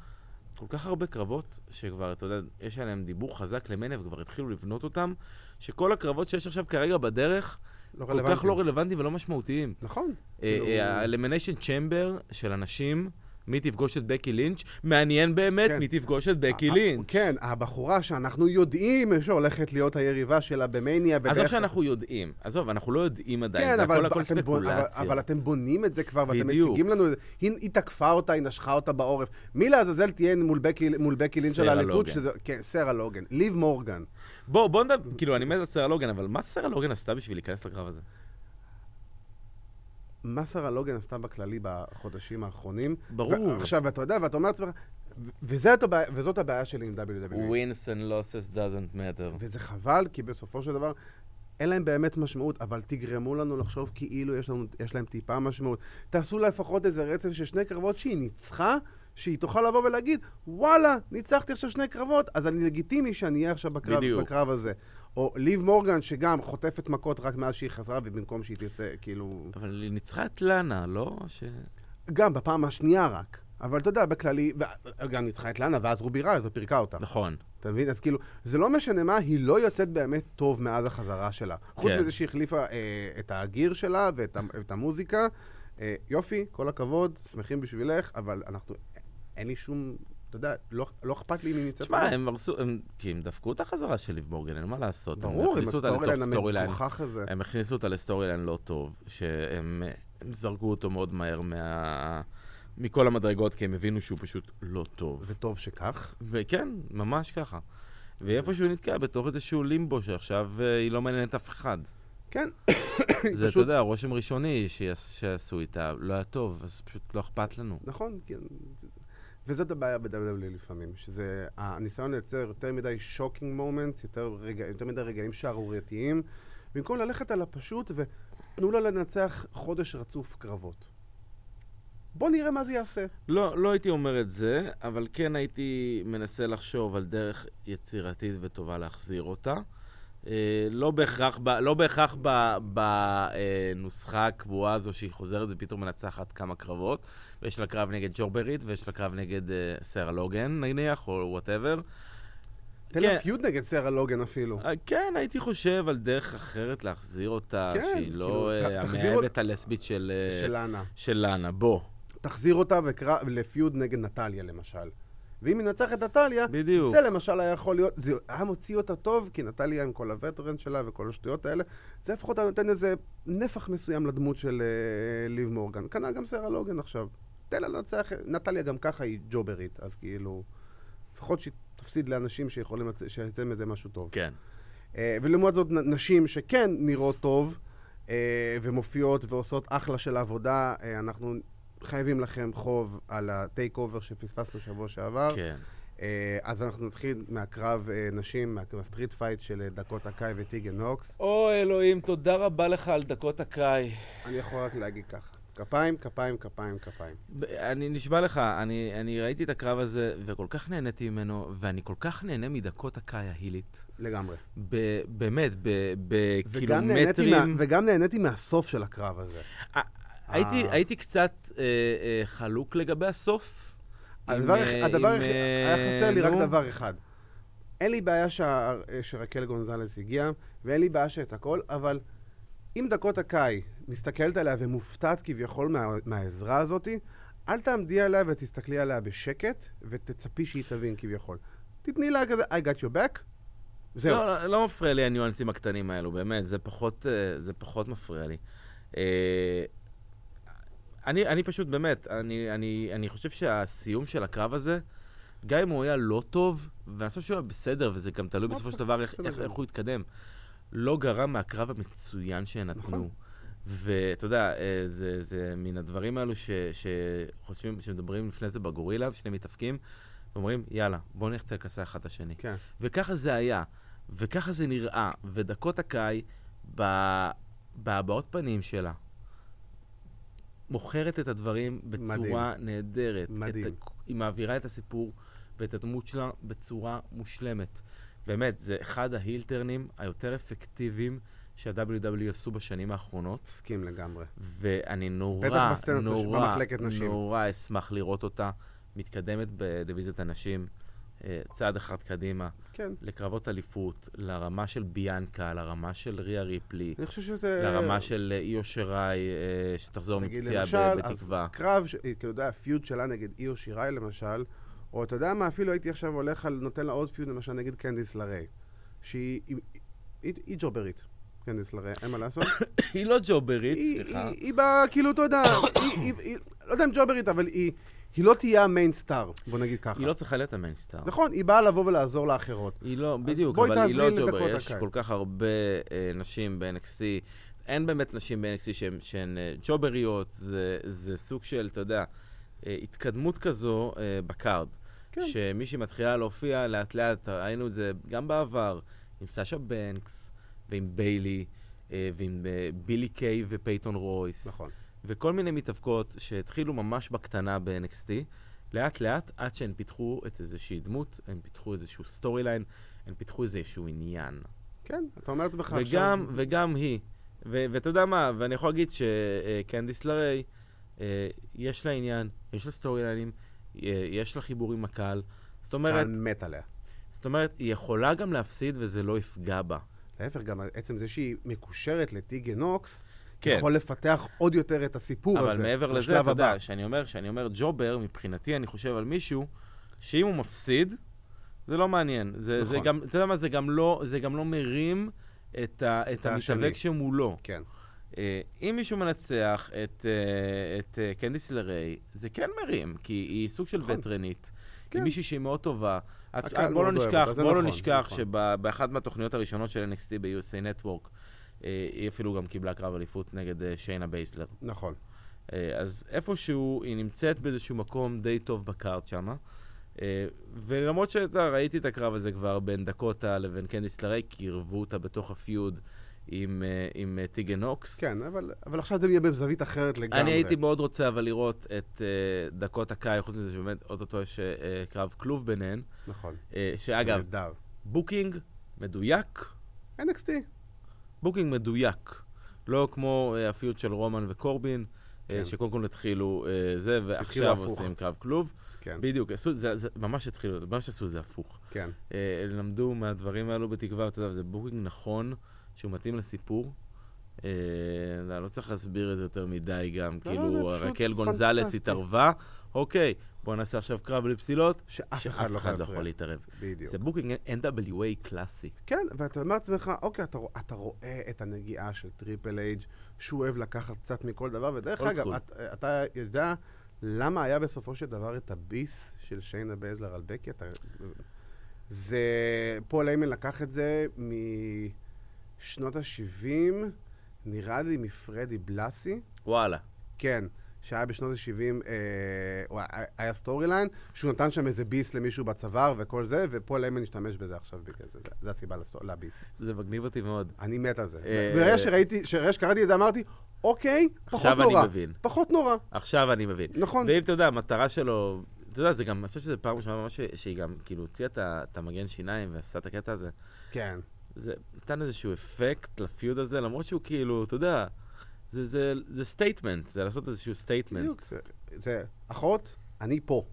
B: כל כך הרבה קרבות שכבר, אתה יודע, יש עליהם דיבור חזק למניה וכבר התחילו לבנות אותם, שכל הקרבות שיש עכשיו כרגע בדרך,
A: לא
B: כל כך לא רלוונטיים ולא משמעותיים.
A: נכון. כאילו-
B: האלמניישן צ'מבר של אנשים מי תפגוש את בקי לינץ', מעניין באמת
A: כן.
B: מי תפגוש את בקי
A: ה- ה-
B: לינץ'.
A: כן, הבחורה שאנחנו יודעים שהולכת להיות היריבה שלה במניה.
B: עזוב
A: ובאיך-
B: שאנחנו יודעים, עזוב, אנחנו לא יודעים עדיין,
A: כן,
B: זה הכל
A: אבל,
B: הכל
A: אתם בונ... אבל,
B: ספקולציות.
A: אבל אתם בונים את זה כבר, ואתם
B: בדיוק.
A: מציגים לנו את זה. היא, היא תקפה אותה, היא נשכה אותה בעורף. מי לעזאזל תהיה מול בקי, מול בקי לין של
B: סרה
A: האליפות?
B: לוגן.
A: שזה... כן, סרה לוגן. ליב מורגן.
B: בוא, בוא נדבר, כאילו, אני מת על סרה לוגן, אבל מה סרה לוגן עשתה בשביל להיכנס לקרב הזה?
A: מה שרה לוגן עשתה בכללי בחודשים האחרונים?
B: ברור.
A: עכשיו, אתה יודע, ואתה אומר לעצמך, ו- וזה הבע- וזאת הבעיה שלי עם WWE.
B: wins and losses doesn't matter.
A: וזה חבל, כי בסופו של דבר, אין להם באמת משמעות, אבל תגרמו לנו לחשוב כאילו יש, לנו, יש להם טיפה משמעות. תעשו לה לפחות איזה רצף של שני קרבות שהיא ניצחה, שהיא תוכל לבוא ולהגיד, וואלה, ניצחתי עכשיו שני קרבות, אז אני לגיטימי שאני אהיה עכשיו בקרב,
B: בדיוק.
A: בקרב הזה. או ליב מורגן, שגם חוטפת מכות רק מאז שהיא חזרה, ובמקום שהיא תרצה, כאילו...
B: אבל היא ניצחה את לאנה, לא? ש...
A: נכון. גם בפעם השנייה רק. אבל אתה יודע, בכללי, ו- גם ניצחה את לאנה, ואז רובי רייז, ופירקה אותה.
B: נכון.
A: אתה מבין? אז כאילו, זה לא משנה מה, היא לא יוצאת באמת טוב מאז החזרה שלה. חוץ
B: כן.
A: מזה שהיא החליפה אה, את הגיר שלה ואת ה- את המוזיקה. אה, יופי, כל הכבוד, שמחים בשבילך, אבל אנחנו, אין לי שום, אתה יודע, לא לא אכפת לי אם היא ניצאת.
B: תשמע, הם הרסו, הם... כי הם דפקו את החזרה של ליב מורגן, אין מה לעשות.
A: ברור, עם
B: הכניסו אותה לתוך
A: הסטורי ליין
B: סטורי ליין.
A: המגוחך הזה.
B: הם הכניסו אותה לסטורי ליין לא טוב, שהם הם זרקו אותו מאוד מהר מה... מכל המדרגות, כי הם הבינו שהוא פשוט לא טוב.
A: וטוב שכך.
B: וכן, ממש ככה. ואיפשהו נתקע בתוך איזשהו לימבו שעכשיו אה, היא לא מעניינת אף אחד.
A: כן,
B: זה, אתה
A: פשוט-
B: יודע, רושם ראשוני שעש- שעשו איתה לא היה טוב, אז פשוט לא אכפת לנו.
A: נכון, כן. וזאת הבעיה ב-WWE לפעמים, שזה הניסיון לייצר יותר מדי שוקינג מומנט, יותר, רגע, יותר מדי רגעים שערורייתיים, במקום ללכת על הפשוט ותנו לה לנצח חודש רצוף קרבות. בוא נראה מה זה יעשה.
B: לא, לא הייתי אומר את זה, אבל כן הייתי מנסה לחשוב על דרך יצירתית וטובה להחזיר אותה. אה, לא בהכרח, ב, לא בהכרח ב, בנוסחה הקבועה הזו שהיא חוזרת ופתאום מנצחת כמה קרבות, ויש לה קרב נגד ג'ורברית, ויש לה קרב נגד אה, סרה לוגן נניח, או וואטאבר.
A: תן
B: כן.
A: לה פיוד נגד סרה לוגן אפילו.
B: אה, כן, הייתי חושב על דרך אחרת להחזיר אותה,
A: כן,
B: שהיא
A: כאילו,
B: לא
A: ת-
B: אה,
A: תחזיר
B: המאהבת הלסבית של, אה,
A: של אנה.
B: של לאנה. בוא.
A: תחזיר אותה וקרא- לפיוד נגד נטליה למשל. ואם היא נצחת נטליה,
B: בדיוק.
A: זה למשל היה יכול להיות, זה היה מוציא אותה טוב, כי נטליה עם כל הווטרן שלה וכל השטויות האלה, זה לפחות היה נותן איזה נפח מסוים לדמות של אה, ליב מורגן. כנ"ל גם סרה לוגן עכשיו. תן לה לנצח, נטליה גם ככה היא ג'וברית, אז כאילו, לפחות שהיא תפסיד לאנשים שיכולים, לצ- שיצא מזה משהו טוב.
B: כן.
A: אה, ולעומת זאת, נ- נשים שכן נראות טוב, אה, ומופיעות ועושות אחלה של עבודה, אה, אנחנו חייבים לכם חוב על הטייק אובר שפספסנו שבוע שעבר.
B: כן.
A: אה, אז אנחנו נתחיל מהקרב אה, נשים, מה- מהסטריט פייט של אה, דקוטה קאי וטיגן הוקס.
B: או אלוהים, תודה רבה לך על דקות הקאי.
A: אני יכול רק להגיד ככה, כפיים, כפיים, כפיים, כפיים.
B: ב- אני נשבע לך, אני, אני ראיתי את הקרב הזה, וכל כך נהניתי ממנו, ואני כל כך נהנה מדקות הקאי ההילית.
A: לגמרי.
B: ב- באמת, ב-
A: וגם נהניתי, מה,
B: בקילומטרים.
A: וגם נהניתי מהסוף של הקרב הזה.
B: אה, הייתי,
A: אה.
B: הייתי קצת אה, אה, חלוק לגבי הסוף.
A: הדבר,
B: עם,
A: הכ-
B: אה,
A: הדבר
B: עם,
A: הכ-
B: אה,
A: היה חסר לי רק
B: נו.
A: דבר אחד. אין לי בעיה שה, אה, שרקל גונזלס הגיעה, ואין לי בעיה שאת הכל, אבל אם דקות הקאי מסתכלת עליה ומופתעת כביכול מה, מהעזרה הזאתי, אל תעמדי עליה ותסתכלי עליה בשקט, ותצפי שהיא תבין כביכול. תתני לה כזה, I got your back, זהו.
B: לא, לא, לא מפריע לי הניואנסים הקטנים האלו, באמת, זה פחות, אה, זה פחות מפריע לי. אה, אני, אני פשוט, באמת, אני, אני, אני חושב שהסיום של הקרב הזה, גם אם הוא היה לא טוב, ואני חושב שהוא היה בסדר, וזה גם תלוי
A: לא,
B: בסופו של
A: בסדר,
B: דבר איך,
A: בסדר
B: איך,
A: גמור.
B: איך הוא התקדם, לא גרם מהקרב המצוין
A: נכון.
B: שנתנו. ואתה יודע, אה, זה, זה מן הדברים האלו ש, שחושבים, שמדברים לפני זה בגורילה, שני מתאפקים, ואומרים, יאללה, בואו נחצה כסה אחד את השני.
A: כן.
B: וככה זה היה, וככה זה נראה, ודקות הקאי, ב- בהבעות פנים שלה, מוכרת את הדברים בצורה מדהים. נהדרת.
A: מדהים.
B: את, ה- היא מעבירה את הסיפור ואת הדמות שלה בצורה מושלמת. באמת, זה אחד ההילטרנים היותר אפקטיביים שה-WW עשו בשנים האחרונות.
A: מסכים לגמרי.
B: ואני נורא,
A: בטח בסצנת נש-
B: נורא,
A: במחלקת נשים.
B: נורא אשמח לראות אותה מתקדמת בדיוויזיית הנשים. אה, צעד אחד קדימה,
A: כן.
B: לקרבות אליפות, לרמה של ביאנקה, לרמה של ריה ריפלי,
A: אני חושב שאתה...
B: לרמה של אה, איו שיראי, אה, שתחזור
A: נגיד,
B: מפציעה
A: למשל,
B: ב-
A: אז
B: בתקווה.
A: קרב, ש- כאילו, אתה יודע, הפיוד שלה נגד איו שיראי למשל, או אתה יודע מה, אפילו הייתי עכשיו הולך, על, נותן לה עוד פיוד למשל נגד קנדיס לריי, שהיא היא- היא- היא ג'וברית, קנדיס לריי, אין מה לעשות.
B: היא לא ג'וברית,
A: היא-
B: סליחה.
A: היא- היא באה, כאילו, אתה יודע, היא- היא- היא- לא יודע אם ג'וברית, אבל היא היא לא תהיה המיין סטאר, בוא נגיד ככה.
B: היא לא צריכה להיות המיין סטאר.
A: נכון, היא באה לבוא ולעזור לאחרות.
B: היא לא, בדיוק,
A: בואי
B: אבל היא
A: תעזרי
B: לא
A: לי
B: ג'ובר,
A: לדקות
B: יש
A: הקל.
B: כל כך הרבה אה, נשים ב-NXT, אין באמת נשים ב-NXT שהן- שהן אה, ג'ובריות, זה, זה סוג של, אתה יודע, אה, התקדמות כזו אה, בקארד.
A: כן.
B: שמישהי מתחילה להופיע לאט לאט, ראינו את זה גם בעבר, עם סאשה בנקס, ועם ביילי, אה, ועם אה, בילי קיי ופייתון רויס.
A: נכון.
B: וכל מיני מתאבקות שהתחילו ממש בקטנה ב-NXT, לאט לאט, עד שהן פיתחו את איזושהי דמות, הן פיתחו איזשהו סטורי ליין, הן פיתחו איזשהו עניין.
A: כן, אתה אומר את זה בך
B: וגם, וגם היא, ו- ואתה יודע מה, ואני יכול להגיד שקנדיס לריי, אה, יש לה עניין, יש לה סטורי ליינים, אה, יש לה חיבור עם הקהל, זאת אומרת,
A: קהל מת עליה.
B: זאת אומרת, היא יכולה גם להפסיד וזה לא יפגע בה.
A: להפך, גם עצם זה שהיא מקושרת לטיגי נוקס,
B: כן.
A: יכול לפתח עוד יותר את הסיפור הזה.
B: אבל מעבר לזה,
A: לשלב
B: אתה
A: הבא.
B: יודע, שאני אומר, שאני אומר ג'ובר, מבחינתי אני חושב על מישהו שאם הוא מפסיד, זה לא מעניין. זה, זה
A: נכון.
B: גם, אתה יודע מה, זה גם לא, זה גם לא מרים את, ה, את
A: את השני.
B: המתאבק שמולו.
A: כן.
B: אה, אם מישהו מנצח את, אה, את אה, קנדיס לריי, זה כן מרים, כי היא סוג של
A: נכון.
B: וטרנית.
A: כן.
B: היא מישהי שהיא מאוד טובה. את-
A: הקהל
B: בוא לא
A: מאוד אוהב
B: נשכח,
A: אותה, זה
B: בוא לא
A: נכון,
B: נשכח
A: נכון.
B: שבאחת מהתוכניות הראשונות של NXT ב-USA Network, אה, היא אפילו גם קיבלה קרב אליפות נגד אה, שיינה בייסלר.
A: נכון.
B: אה, אז איפשהו היא נמצאת באיזשהו מקום די טוב בקארט שמה. אה, ולמרות שאתה ראיתי את הקרב הזה כבר בין דקוטה לבין קנדיס לריי, כי עירבו אותה בתוך הפיוד עם, אה, עם אה, טיגן נוקס.
A: כן, אבל, אבל עכשיו זה יהיה בזווית אחרת לגמרי.
B: אני הייתי מאוד רוצה אבל לראות את אה, דקוטה קאי, חוץ מזה שבאמת אוטוטו יש אה, קרב כלוב ביניהן.
A: נכון.
B: אה, שאגב,
A: נהדר.
B: בוקינג מדויק,
A: NXT.
B: בוקינג מדויק. לא כמו אה, הפיוט של רומן וקורבין, אה,
A: כן.
B: שקודם כל התחילו אה, זה, ועכשיו
A: הפוך.
B: עושים קרב כלוב.
A: כן,
B: בדיוק, עשו, זה, זה ממש התחילו, ממש עשו זה הפוך.
A: כן.
B: אה, למדו מהדברים האלו בתקווה, אתה יודע, זה בוקינג נכון, שהוא מתאים לסיפור. אה, לא לא צריך להסביר את זה יותר מדי גם,
A: לא,
B: כאילו,
A: זה פשוט
B: רקל גונזלס
A: פנטסטי.
B: התערבה, אוקיי, בוא נעשה עכשיו קרב בלי פסילות,
A: שאף
B: שאף
A: אחד לא
B: אחד לא
A: יכול
B: יכול
A: להפריע.
B: להתערב.
A: בדיוק.
B: זה בוקינג NWA קלאסי.
A: כן, ואתה אומר לעצמך, אוקיי, אתה, רוא- אתה רואה את הנגיעה של טריפל אייג' שהוא אוהב לקחת קצת מכל דבר, ודרך
B: Old
A: אגב,
B: school.
A: את, אתה יודע למה היה בסופו של דבר את הביס של שיינה בייזלר על בקי? אתה... זה... פול איימן לקח את זה משנות ה-70, נראה לי מפרדי בלאסי,
B: וואלה.
A: כן. שהיה בשנות ה-70, אה, הוא היה- היה סטורי ליין, שהוא נתן שם איזה ביס למישהו בצוואר וכל זה, ופול איימן השתמש בזה עכשיו בגלל זה, זה, זה הסיבה לסטו- לביס.
B: זה מגניב אותי מאוד.
A: אני מת על זה.
B: אה,
A: ברגע שראיתי, ברגע שקראתי את זה אמרתי, אוקיי, פחות
B: עכשיו אני
A: נורא.
B: מבין.
A: פחות נורא,
B: עכשיו אני מבין.
A: נכון.
B: ואם אתה יודע, המטרה שלו, אתה יודע, זה גם, אני חושב שזה פעם ראשונה ממש ש- שהיא גם, כאילו, הוציאה את ה- את המגן שיניים ועשתה את הקטע הזה.
A: כן,
B: זה נתן איזשהו אפקט לפיוד הזה, למרות שהוא כאילו, אתה יודע, זה- זה זה סטייטמנט, זה לעשות איזשהו סטייטמנט.
A: בדיוק. זה- זה, אחות, אני פה.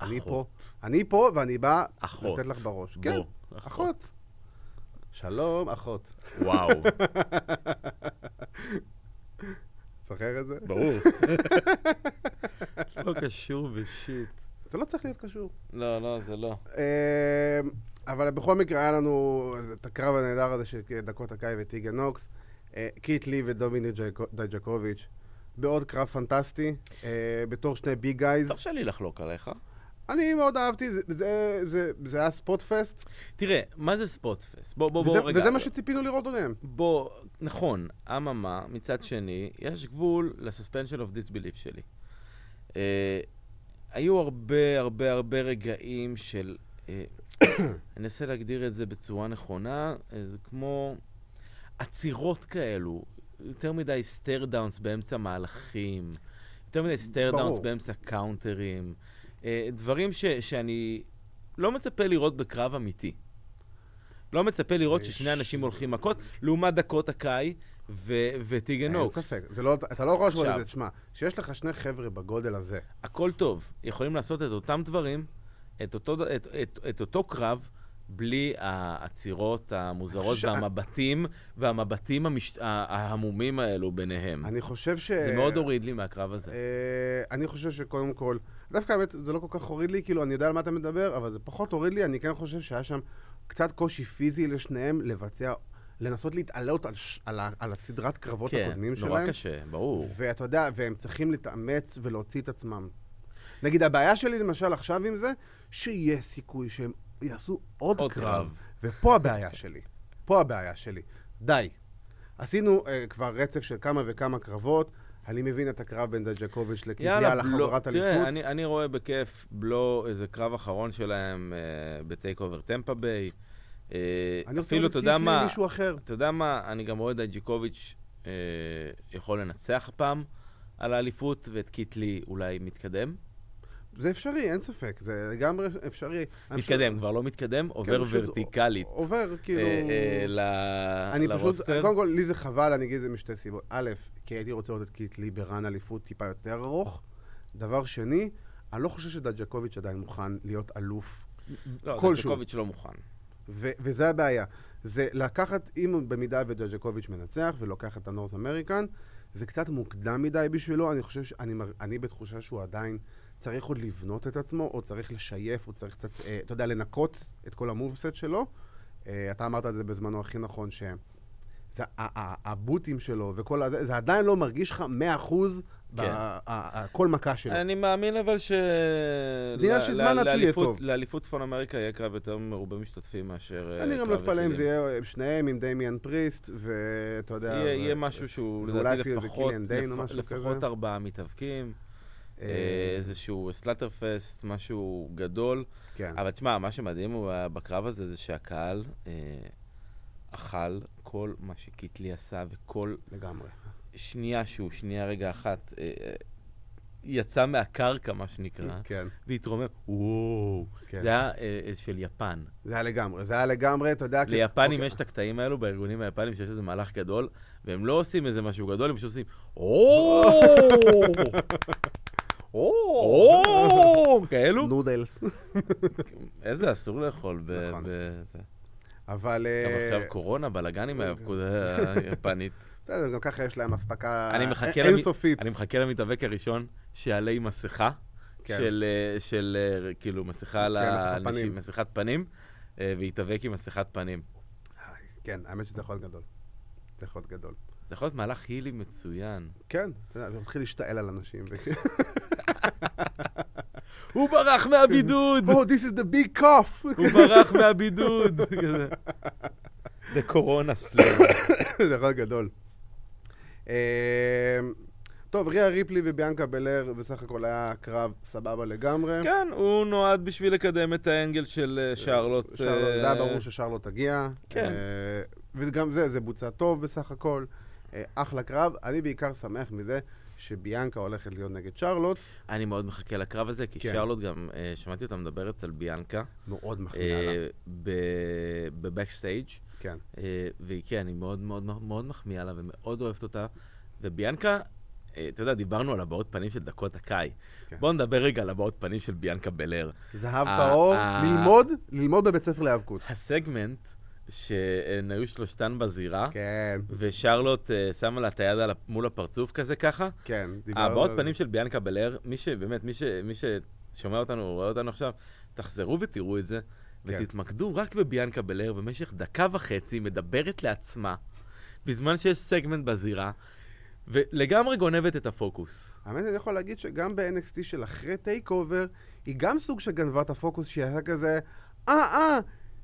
A: אני פה.
B: אחות.
A: אני פה ואני בא
B: אחות.
A: לתת לך בראש.
B: בוא,
A: כן, אחות. שלום, אחות.
B: וואו,
A: זוכר את זה?
B: ברור. לא קשור בשיט.
A: זה לא צריך להיות קשור.
B: לא, לא, זה לא.
A: אה, אבל בכל מקרה היה לנו את הקרב הנהדר הזה של דקות הקאי וטיגה נוקס, אה, קיט לי ודומיני ג'ק- דייג'קוביץ', בעוד קרב פנטסטי, אה, בתור שני ביג גייז.
B: תרשה לי לחלוק עליך.
A: אני מאוד אהבתי, זה- זה- זה- זה היה ספוט פסט,
B: תראה, מה זה ספוטפס? בוא, בוא, בוא,
A: וזה-
B: רגע.
A: וזה מה שציפינו לראות עליהם.
B: בוא, נכון, אממה, מצד שני, יש גבול לסספנשן אוף דיסביליף שלי. אה, היו הרבה הרבה הרבה רגעים של, אה, אני אנסה להגדיר את זה בצורה נכונה, אה, זה כמו עצירות כאלו, יותר מדי סטייר דאונס באמצע מהלכים, יותר מדי סטייר דאונס
A: ברור.
B: באמצע קאונטרים, אה, דברים ש, שאני לא מצפה לראות בקרב אמיתי. לא מצפה לראות
A: יש-
B: ששני אנשים הולכים מכות, לעומת דקות הקאי ו- וטיגן
A: אין
B: אוקס.
A: ספק, זה לא- אתה לא יכול להשוות את
B: עכשיו.
A: זה, תשמע, שיש לך שני חבר'ה בגודל הזה,
B: הכל טוב, יכולים לעשות את אותם דברים, את אותו, את, את, את אותו קרב בלי העצירות המוזרות
A: ש-
B: והמבטים, והמבטים המש... ה- ההמומים האלו ביניהם.
A: אני חושב ש...
B: זה מאוד הוריד לי מהקרב הזה.
A: אה, אני חושב שקודם כל, דווקא האמת, זה לא כל כך הוריד לי, כאילו, אני יודע על מה אתה מדבר, אבל זה פחות הוריד לי, אני כן חושב שהיה שם קצת קושי פיזי לשניהם לבצע, לנסות להתעלות על, ש- על, ה- על הסדרת קרבות
B: כן,
A: הקודמים שלהם.
B: נורא קשה, ברור.
A: ואתה יודע, והם צריכים להתאמץ ולהוציא את עצמם. נגיד, הבעיה שלי למשל עכשיו עם זה, שיש סיכוי שהם יעשו עוד,
B: עוד
A: קרב.
B: קרב.
A: ופה הבעיה שלי. פה הבעיה שלי. די. עשינו אה, כבר רצף של כמה וכמה קרבות. אני מבין את הקרב בין דג'קוביץ' לקיביה על החברת
B: בלו-
A: אליפות.
B: לא, תראה, אני, אני רואה בכיף בלו איזה קרב אחרון שלהם אה, בטייק אובר טמפה ביי. אה,
A: אני רוצה
B: אפילו,
A: לראות
B: אתה יודע
A: פיט
B: מה,
A: למישהו אחר.
B: אתה יודע מה, אני גם רואה את דייג'יקוביץ' אה, יכול לנצח הפעם על האליפות, ואת קיטלי אולי מתקדם.
A: זה אפשרי, אין ספק. זה לגמרי אפשרי. אני פשוט- כן,
B: מתקדם, כבר לא מתקדם, עובר
A: פשוט
B: ורטיקלית.
A: עובר, כאילו...
B: אה, אה, ל-
A: אני פשוט,
B: לרוסטר.
A: קודם כל, לי זה חבל, אני אגיד את זה משתי סיבות. א', כי הייתי רוצה לראות את קיט לי ברן אליפות טיפה יותר ארוך. דבר שני, אני לא חושב שדג'קוביץ' עדיין מוכן להיות אלוף
B: לא,
A: כלשהו.
B: דייג'יקוביץ' לא מוכן.
A: ו- וזה הבעיה. זה לקחת, אם במידה ודז'קוביץ' מנצח ולוקח את הנורת אמריקן, זה קצת מוקדם מדי בשבילו, אני חושב שאני מר... אני בתחושה שהוא עדיין צריך עוד לבנות את עצמו, או צריך לשייף, הוא צריך קצת, אה, אתה יודע, לנקות את כל המובסט שלו. אה, אתה אמרת את זה בזמנו הכי נכון, ש... זה ה- ה- הבוטים שלו וכל הזה, זה עדיין לא מרגיש לך 100% ב-
B: כן.
A: ה- ה- כל מכה שלו.
B: אני מאמין אבל ש...
A: זה עניין
B: ל-
A: של
B: ל-
A: זמן עד שיהיה
B: לאליפות-
A: טוב.
B: לאליפות צפון אמריקה יהיה קרב יותר מרובה משתתפים מאשר אה,
A: אני גם לא
B: קרב
A: אתפלא אם
B: יחידים.
A: זה יהיה שניהם עם דמיאן פריסט, ואתה יודע...
B: יהיה, יהיה
A: ו-
B: משהו שהוא
A: ואולי
B: לדעתי
A: אפילו איזה
B: לפחות,
A: קיליאן דיין או
B: לפ-
A: משהו
B: לפחות
A: כזה.
B: ארבעה מתאבקים, אה,
A: אה,
B: איזשהו סלאטרפסט, משהו גדול.
A: כן.
B: אבל תשמע, מה שמדהים הוא ב- בקרב הזה זה שהקהל אה, אכל כל מה שקיטלי עשה וכל
A: לגמרי.
B: שנייה שהוא, שנייה רגע אחת, אה, אה, יצא מהקרקע, מה שנקרא,
A: כן,
B: והתרומם, וואו.
A: כן.
B: זה היה אה, אה, של יפן.
A: זה היה לגמרי, זה היה לגמרי, אתה יודע... כי-
B: ליפנים
A: אוקיי.
B: יש את הקטעים האלו בארגונים היפנים שיש איזה מהלך גדול, והם לא עושים איזה משהו גדול, הם פשוט עושים "או!"
A: או!
B: "או!" כאלו.
A: נודלס.
B: איזה אסור לאכול ב...
A: נכון.
B: ב- זה.
A: אבל...
B: גם
A: אה,
B: עכשיו קורונה, בלאגנים ההיאבקות היפנית.
A: בסדר, גם ככה יש להם אספקה
B: אני מחכה
A: אין-
B: למי-
A: אינסופית.
B: אני מחכה למתאבק הראשון שיעלה עם מסכה,
A: כן.
B: של, אה, של אה, כאילו מסכה על
A: כן, מסכת
B: האנשים,
A: פנים.
B: מסכת פנים, אה, ויתאבק עם מסכת פנים.
A: כן, האמת שזה יכול להיות גדול. זה יכול להיות גדול.
B: זה יכול להיות מהלך הילי מצוין.
A: כן, אתה יודע, הוא מתחיל להשתעל על אנשים. ו-
B: הוא ברח מהבידוד!
A: Oh, this is the big cough!
B: הוא ברח מהבידוד. כזה. The corona slam.
A: כן, זה יכול להיות גדול. אה, טוב, ריה ריפלי וביאנקה בלר בסך הכל היה קרב סבבה לגמרי.
B: כן, הוא נועד בשביל לקדם את האנגל של אה, שרלוט.
A: שרלוט,
B: אה,
A: לא- זה היה ברור ששרלוט תגיע.
B: כן.
A: אה, וגם זה, זה בוצע טוב בסך הכל. אה, אחלה קרב. אני בעיקר שמח מזה שביאנקה הולכת להיות נגד שרלוט.
B: אני מאוד מחכה לקרב הזה, כי
A: כן.
B: שרלוט גם, אה, שמעתי אותה מדברת על ביאנקה
A: מאוד מחמיאה לה.
B: אה, ב- בבקסטייג',
A: כן.
B: אה, והיא כן, היא מאוד מאוד מאוד מחמיאה לה ומאוד אוהבת אותה. וביאנקה, אה, אתה יודע, דיברנו על הבעות פנים של דקות הקאי.
A: כן.
B: בואו נדבר רגע על הבעות פנים של ביאנקה בלר.
A: זהב
B: אה,
A: טהור,
B: אה.
A: ללמוד, ללמוד בבית ספר להיאבקות.
B: הסגמנט שהן היו שלושתן בזירה,
A: כן,
B: ושרלוט אה, שמה לה את היד על ה- מול הפרצוף כזה ככה.
A: כן. דיברנו
B: הבעות
A: על זה.
B: אה, פנים של ביאנקה בלר, מי שבאמת, מי, ש, מי ששומע אותנו, רואה אותנו עכשיו, תחזרו ותראו את זה,
A: כן.
B: ותתמקדו רק בביאנקה בלר במשך דקה וחצי, מדברת לעצמה, בזמן שיש סגמנט בזירה, ולגמרי גונבת את הפוקוס.
A: האמת, אני יכול להגיד שגם ב-NXT של אחרי טייק אובר, היא גם סוג שגנבה את הפוקוס, שהיא הייתה כזה, אה, אה,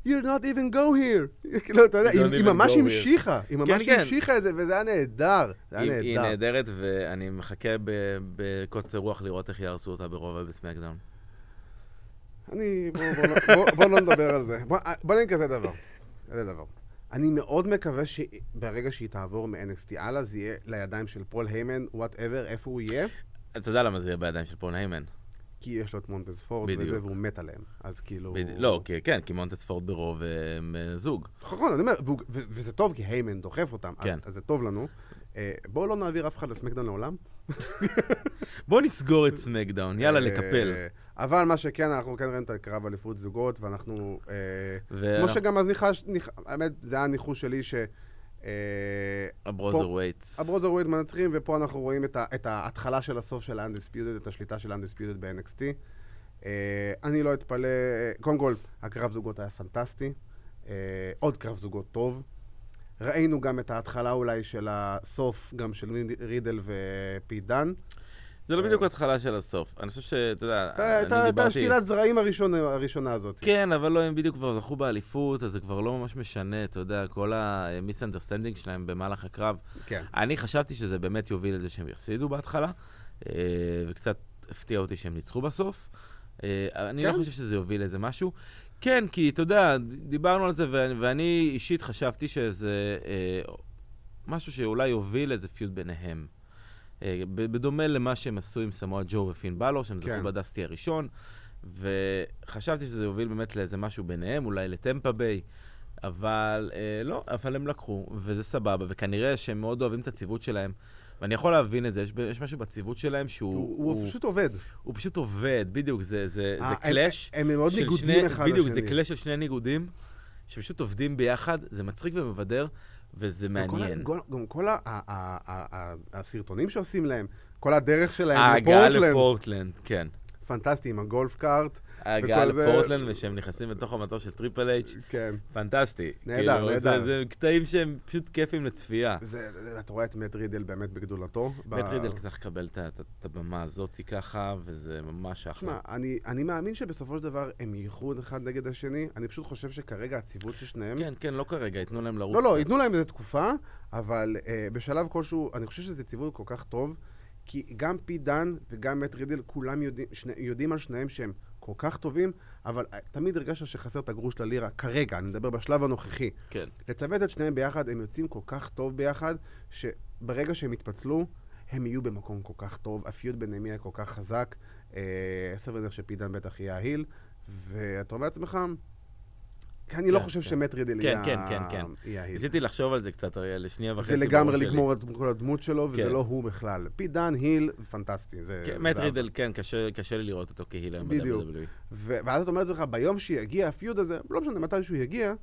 A: you're not even go here. כאילו, אתה יודע,
B: Don't
A: היא היא
B: even
A: ממש
B: go here.
A: המשיכה, היא ממש
B: כן.
A: המשיכה את זה, וזה היה נהדר. זה
B: היא,
A: היה
B: היא
A: נהדר.
B: נהדרת, ואני מחכה ב- בקוצר רוח לראות איך יהרסו אותה ברובע בסמקדאון.
A: אני... בוא, בוא, לא- בוא, בוא לא נדבר על זה. בוא, בוא נגיד כזה דבר. כזה דבר. אני מאוד מקווה שברגע שהיא תעבור מ-NXT הלאה, זה יהיה לידיים של פול היימן, וואטאבר, איפה הוא יהיה,
B: אתה יודע למה זה יהיה בידיים של פון היימן.
A: כי יש לו את מונטס פורד
B: בדיוק.
A: וזה, והוא מת עליהם. אז כאילו...
B: בד... לא, כי, כן, כי מונטס פורד ברוב הם אה, זוג.
A: נכון, אני אומר, והוא- ו- וזה טוב, כי היימן דוחף אותם, אז-
B: כן.
A: אז זה טוב לנו. אה, בואו לא נעביר אף אחד לסמקדאון לעולם.
B: בוא נסגור את סמקדאון, יאללה,
A: אה,
B: לקפל.
A: אבל מה שכן, אנחנו כן ראינו את הקרב אליפות זוגות, ואנחנו... אה, כמו
B: והברוזר
A: שגם אז ניחש, ניח- האמת, זה היה ניחוש שלי ש... אה,
B: ווייטס.
A: הברוזר ווייד מנצחים, ופה אנחנו רואים את, ה, את ההתחלה של הסוף של ה-Undisputed, את השליטה של ה-Undisputed ב-NXT. Uh, אני לא אתפלא, קודם כל, הקרב זוגות היה פנטסטי, uh, עוד קרב זוגות טוב. ראינו גם את ההתחלה אולי של הסוף, גם של ריד- רידל ופידן.
B: זה לא בדיוק ההתחלה של הסוף. אני חושב שאתה יודע, אני
A: הייתה
B: דיברתי...
A: השתילת זרעים הראשונה, הראשונה הזאת.
B: כן, אבל לא, הם בדיוק כבר זכו באליפות, אז זה כבר לא ממש משנה, אתה יודע, כל המיסאנדרסטנדינג שלהם במהלך הקרב.
A: כן.
B: אני חשבתי שזה באמת יוביל לזה שהם יפסידו בהתחלה, אה, וקצת הפתיע אותי שהם ניצחו בסוף. אה, אני לא
A: כן?
B: חושב שזה יוביל לזה משהו. כן, כי אתה יודע, דיברנו על זה, ואני, ואני אישית חשבתי שזה אה, משהו שאולי יוביל איזה פיוד ביניהם. אה, ב- בדומה למה שהם עשו עם סמואל ג'ו ופין בלור, שהם זכו
A: כן.
B: בדסטי הראשון, וחשבתי שזה יוביל באמת לאיזה משהו ביניהם, אולי לטמפה ביי, אבל אה, לא, אבל הם לקחו, וזה סבבה, וכנראה שהם מאוד אוהבים את הציוות שלהם, ואני יכול להבין את זה, יש, ב- יש משהו בציוות שלהם שהוא
A: הוא, הוא, פשוט עובד.
B: הוא פשוט עובד, בדיוק, זה, זה, זה
A: ה- הם-
B: קלאש.
A: הם מאוד
B: של
A: ניגודים
B: שני-
A: אחד
B: בדיוק,
A: לשני.
B: זה קלאש של שני ניגודים, שפשוט עובדים ביחד, זה מצחיק ומבדר, וזה
A: וכל ה-
B: מעניין.
A: כל- גם כל ה- ה- ה- ה- ה- הסרטונים שעושים להם, כל הדרך שלהם
B: ההגעה
A: לפורטלנד,
B: לפורטלנד, כן.
A: פנטסטי עם הגולף קארט.
B: ההגעה
A: וכל זה-
B: לפורטלנד, ושהם נכנסים לתוך המטוס של טריפל אייץ',
A: כן.
B: פנטסטי.
A: נהדר,
B: כאילו,
A: נהדר.
B: זה- זה קטעים שהם פשוט כיפים לצפייה.
A: זה, זה- אתה רואה את מאט רידל באמת בגדולתו.
B: בית רידל צריך לקבל את ה- את ה- את הבמה הזאת ככה, וזה ממש
A: תשמע,
B: אחלה.
A: אני, אני מאמין שבסופו של דבר הם ייחוד אחד נגד השני, אני פשוט חושב שכרגע הציוות של שניהם...
B: כן, כן, לא כרגע, ייתנו להם לרוץ.
A: לא, לא,
B: קצת.
A: ייתנו להם איזה תקופה, אבל אה, בשלב כלשהו, אני חושב שזה ציוות כל כך טוב, כי גם פי דן וגם מאט רידל, כולם יודעים, שני, יודעים על שניהם שהם כל כך טובים, אבל אה, תמיד הרגשת שחסר את הגרוש ללירה, כרגע, אני מדבר בשלב הנוכחי.
B: כן.
A: לצוות את שניהם ביחד, הם יוצאים כל כך טוב ביחד, שברגע שהם יתפצלו, הם יהיו במקום כל כך טוב, הפיוד ביניהם יהיה כל כך חזק. אה, סביר להניח שפידן בטח יהיה ההיל, ואתה אומר לעצמך, כי אני לא
B: כן,
A: חושב
B: כן.
A: שמט רידל
B: כן,
A: יהיה
B: כן,
A: ה-
B: כן, כן.
A: יהיה ההיל.
B: ניסיתי לחשוב על זה קצת, אריאל, לשנייה וחצי.
A: זה לגמרי
B: בראש שלי.
A: לגמור את כל הדמות שלו, וזה
B: כן.
A: לא הוא בכלל. פידן, היל, פנטסטי. אה, זה-
B: כן,
A: זה
B: מאט
A: ה-
B: רידל, כן, קשה- קשה לי לראות אותו כהילה
A: בדיוק.
B: ב-WWE.
A: ו- ואז אתה אומר לעצמך, ביום שיגיע הפיוד הזה, לא משנה מתי שהוא יגיע,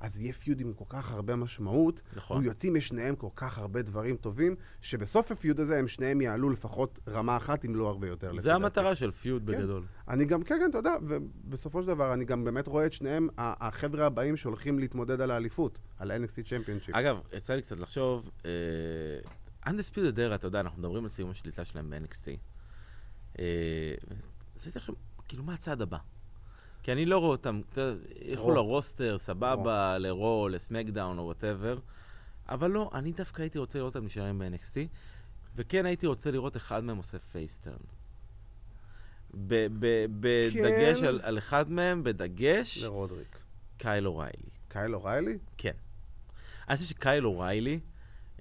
A: אז יהיה פיוד עם כל כך הרבה משמעות,
B: נכון.
A: והוא יוצאים משניהם כל כך הרבה דברים טובים, שבסוף הפיוד הזה הם שניהם יעלו לפחות רמה אחת, אם לא הרבה יותר. לפי
B: זה
A: דעתי.
B: המטרה
A: כן.
B: של פיוד בגדול.
A: אני גם, כן, כן, אתה יודע, ובסופו של דבר אני גם באמת רואה את שניהם, ה- החבר'ה הבאים שהולכים להתמודד על האליפות, על NXT צ'מפיונשיפ.
B: אגב, יצא לי קצת לחשוב, אנדספידד ארה, אתה יודע, אנחנו מדברים על סיום השליטה שלהם ב-NXT. אה, עשיתי לכם, כאילו, מה הצעד הבא? כי אני לא רואה אותם, אתה יודע, ילכו
A: רו.
B: לרוסטר, סבבה, לרו, לסמקדאון או וואטאבר, אבל לא, אני דווקא הייתי רוצה לראות אותם נשארים ב-NXT, וכן הייתי רוצה לראות אחד מהם עושה פייסטרן. ב- ב- בדגש
A: כן. לא.
B: על, על אחד מהם, בדגש,
A: לרודריק.
B: קייל אוריילי.
A: קייל אוריילי?
B: כן. אני חושב שקייל אוריילי,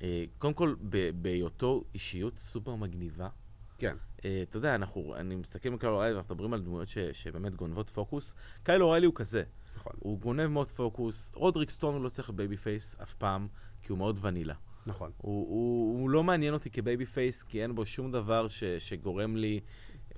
B: אה, קודם כל, ב- בהיותו אישיות סופר מגניבה,
A: כן.
B: אה, אתה יודע, אנחנו, אני מסתכל על קייל אוריילי ואנחנו מדברים על דמויות ש, שבאמת גונבות פוקוס. קייל אוריילי הוא כזה,
A: נכון.
B: הוא גונב מאוד פוקוס. רודריק סטון הוא לא צריך בייבי פייס אף פעם, כי הוא מאוד ונילה.
A: נכון.
B: הוא, הוא, הוא לא מעניין אותי כבייבי פייס, כי אין בו שום דבר ש, שגורם לי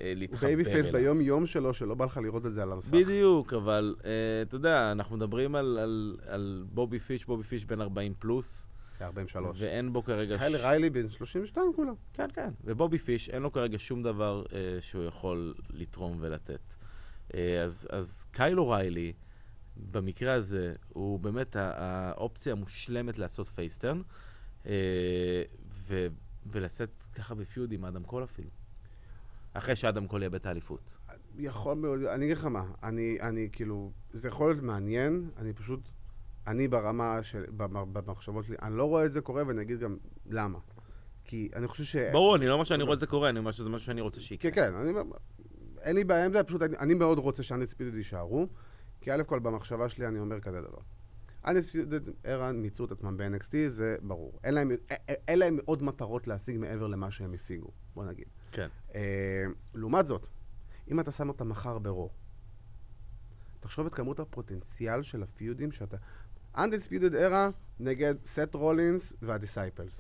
B: אה,
A: הוא
B: להתחבר אליו.
A: בייבי פייס ביום-יום שלו, שלא בא לך לראות את זה על המסך.
B: בדיוק, אבל uh, אתה יודע, אנחנו מדברים על, על, על בובי פיש, בובי פיש בן 40 פלוס,
A: זה 43.
B: ואין בו כרגע...
A: קייל אוריילי בן 32 כולה.
B: כן, כן. ובובי פיש, אין לו כרגע שום דבר uh, שהוא יכול לתרום ולתת. Uh, אז, אז קייל אוריילי, במקרה הזה, הוא באמת ה- האופציה המושלמת לעשות פייסטרן, uh, ו, ולשאת ככה בפיוד עם אדם קול אפילו. אחרי שאדם קול יאבד את האליפות.
A: יכול מאוד, אני אגיד לך מה, אני, אני כאילו, זה יכול להיות מעניין, אני פשוט, אני ברמה של, במ- במחשבות שלי, אני לא רואה את זה קורה ואני אגיד גם למה. כי אני חושב ש...
B: ברור, אני לא אומר שאני רואה את זה קורה, אני אומר שזה משהו שאני רוצה שיקרה.
A: כן, כן, אני, אין לי בעיה עם זה, פשוט אני, אני מאוד רוצה שאנדספידד יישארו, כי א' כל במחשבה שלי אני אומר כזה דבר. אנדספידד, ערן מיצו את עצמם ב-NXT, זה ברור. אין להם, א- א- אין להם עוד מטרות להשיג מעבר למה שהם השיגו, בוא נגיד.
B: כן.
A: אה, לעומת זאת, אם אתה שם אותה מחר ברו, תחשוב את כמות הפוטנציאל של הפיודים שאתה... Undisputed Era נגד סט רולינס והדיסייפלס.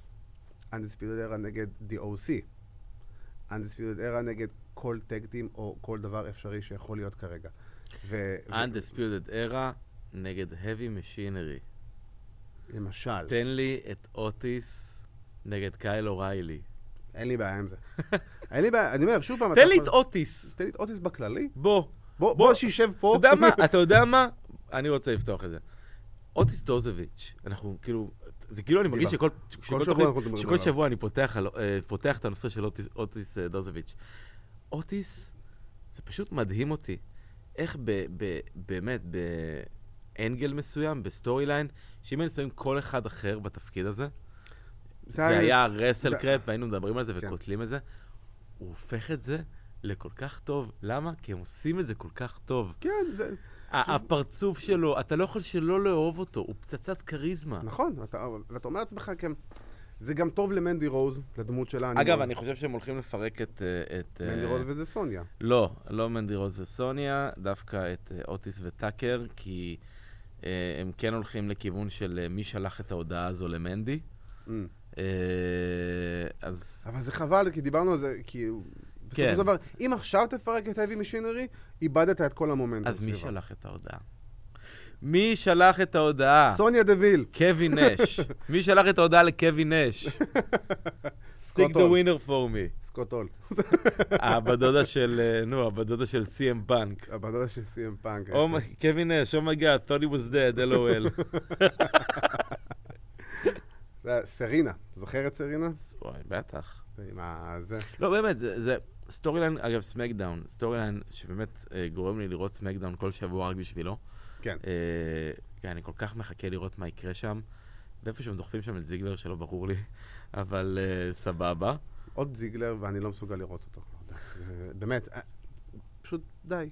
A: Undisputed Era נגד DOC, Undisputed Era נגד כל טג טים או כל דבר אפשרי שיכול להיות כרגע. ו- ו-
B: Undisputed Era נגד heavy machinery.
A: למשל,
B: תן לי את אוטיס נגד קייל אוריילי.
A: אין לי בעיה עם זה. אין לי בעיה, אני אומר, שוב פעם, אתה
B: תן לי את
A: יכול-
B: אוטיס.
A: תן לי את אוטיס בכללי.
B: בוא.
A: בוא,
B: בוא.
A: בוא שישב פה.
B: אתה יודע מה? אתה יודע מה? אני רוצה לפתוח את זה. אוטיס דוזוביץ', אנחנו כאילו, זה כאילו אני מרגיש
A: דיבר.
B: שכל שכל
A: שבוע
B: תוכנית-
A: אנחנו מדברים
B: שכל
A: עליו.
B: שבוע אני פותח על- אה, פותח את הנושא של אוטיס- אוטיס אה, דוזוביץ'. אוטיס, זה פשוט מדהים אותי, איך ב- ב- באמת, באנגל מסוים, בסטורי ליין, שאם היינו שמים כל אחד אחר בתפקיד הזה, זה
A: היה-
B: היה רסל
A: זה-
B: קרפ, והיינו מדברים על זה
A: כן.
B: וקוטלים את זה, הוא הופך את זה לכל כך טוב. למה? כי הם עושים את זה כל כך טוב.
A: כן, זה...
B: ה- הפרצוף שלו, אתה לא יכול שלא לאהוב אותו, הוא פצצת כריזמה.
A: נכון, אתה, ואתה אומר לעצמך, כן, זה גם טוב למנדי רוז, לדמות שלה.
B: אגב,
A: מאוד-
B: אני חושב שהם הולכים לפרק את... אה, את,
A: מנדי
B: אה,
A: רוז וזה סוניה.
B: לא, לא מנדי רוז וסוניה, דווקא את אה, אוטיס וטאקר, כי אה, הם כן הולכים לכיוון של אה, מי שלח את ההודעה הזו למנדי.
A: אמ.
B: אה, אז
A: אבל זה חבל, כי דיברנו על זה, כי בסופו
B: כן.
A: של דבר, אם עכשיו תפרק את heavy machinery, איבדת את כל המומנטום
B: אז מי
A: סביבה.
B: שלח את ההודעה? מי שלח את ההודעה?
A: סוניה דוויל.
B: קווי נש. מי שלח את ההודעה לקווי נש? Stick the
A: הול.
B: winner for me.
A: סקוט הול.
B: הבדודה של, אה, נו, הבדודה של סי.אם בנק. Oh
A: הבדל של סי.אם
B: כן,
A: פאנק.
B: קווי נש, אומייגאד, thought he was dead, LOL.
A: זה היה סרינה. זוכר את סרינה?
B: אז, וואי, בטח.
A: עם ה... זה.
B: לא, באמת, זה- זה סטורי ליין, אגב, סמקדאון. סטורי ליין שבאמת אה, גורם לי לראות סמקדאון כל שבוע רק בשבילו.
A: כן.
B: אה, כן, אני כל כך מחכה לראות מה יקרה שם. ואיפה שהם דוחפים שם את זיגלר שלא ברור לי, אבל אה, סבבה.
A: עוד זיגלר, ואני לא מסוגל לראות אותו. לא יודע. זה- באמת, אה, פשוט די.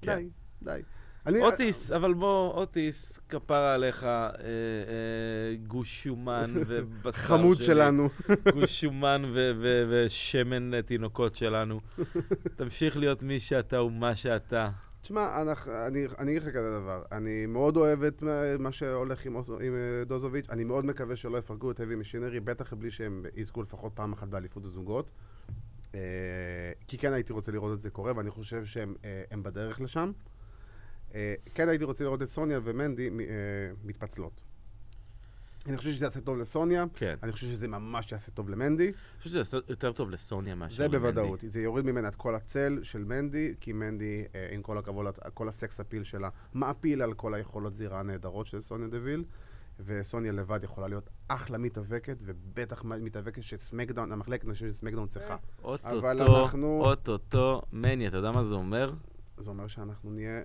B: כן.
A: די. די. אני-
B: אוטיס, אבל בוא, אוטיס, כפרה עליך, אה, אה, גוש שומן ובשר
A: חמוד
B: שלי.
A: שלנו.
B: גוש שומן ו- ו- ושמן אה, תינוקות שלנו. תמשיך להיות מי שאתה ומה שאתה.
A: תשמע, אנחנו- אני אני אגיד לך כזה דבר, אני מאוד אוהב את מה- מה שהולך עם אוס- עם, אה, דוזוביץ', אני מאוד מקווה שלא יפרקו את heavy machinery, בטח בלי שהם יזכו לפחות פעם אחת באליפות הזוגות. אה, כי כן הייתי רוצה לראות את זה קורה, ואני חושב שהם אה, הם בדרך לשם. אה, כן הייתי רוצה לראות את סוניה ומנדי מ- אה, מתפצלות. אני חושב שזה יעשה טוב לסוניה,
B: כן.
A: אני חושב שזה ממש יעשה טוב למנדי.
B: אני חושב שזה יעשה יותר טוב לסוניה מאשר
A: זה
B: למנדי.
A: בוודאות, זה יוריד ממנה את כל הצל של מנדי, כי מנדי, אה, עם כל הכבוד, את- כל הסקס אפיל שלה, מעפיל על כל היכולות זירה הנהדרות של סוניה דוויל, וסוניה לבד יכולה להיות אחלה מתאבקת, ובטח מ- מתאבקת שסמקדאון, המחלקת נשים של סמקדאון צריכה.
B: אה,
A: אבל
B: אוטוטו,
A: אנחנו-
B: אוטוטו, מני, אתה יודע מה זה אומר?
A: זה אומר שאנחנו נהיה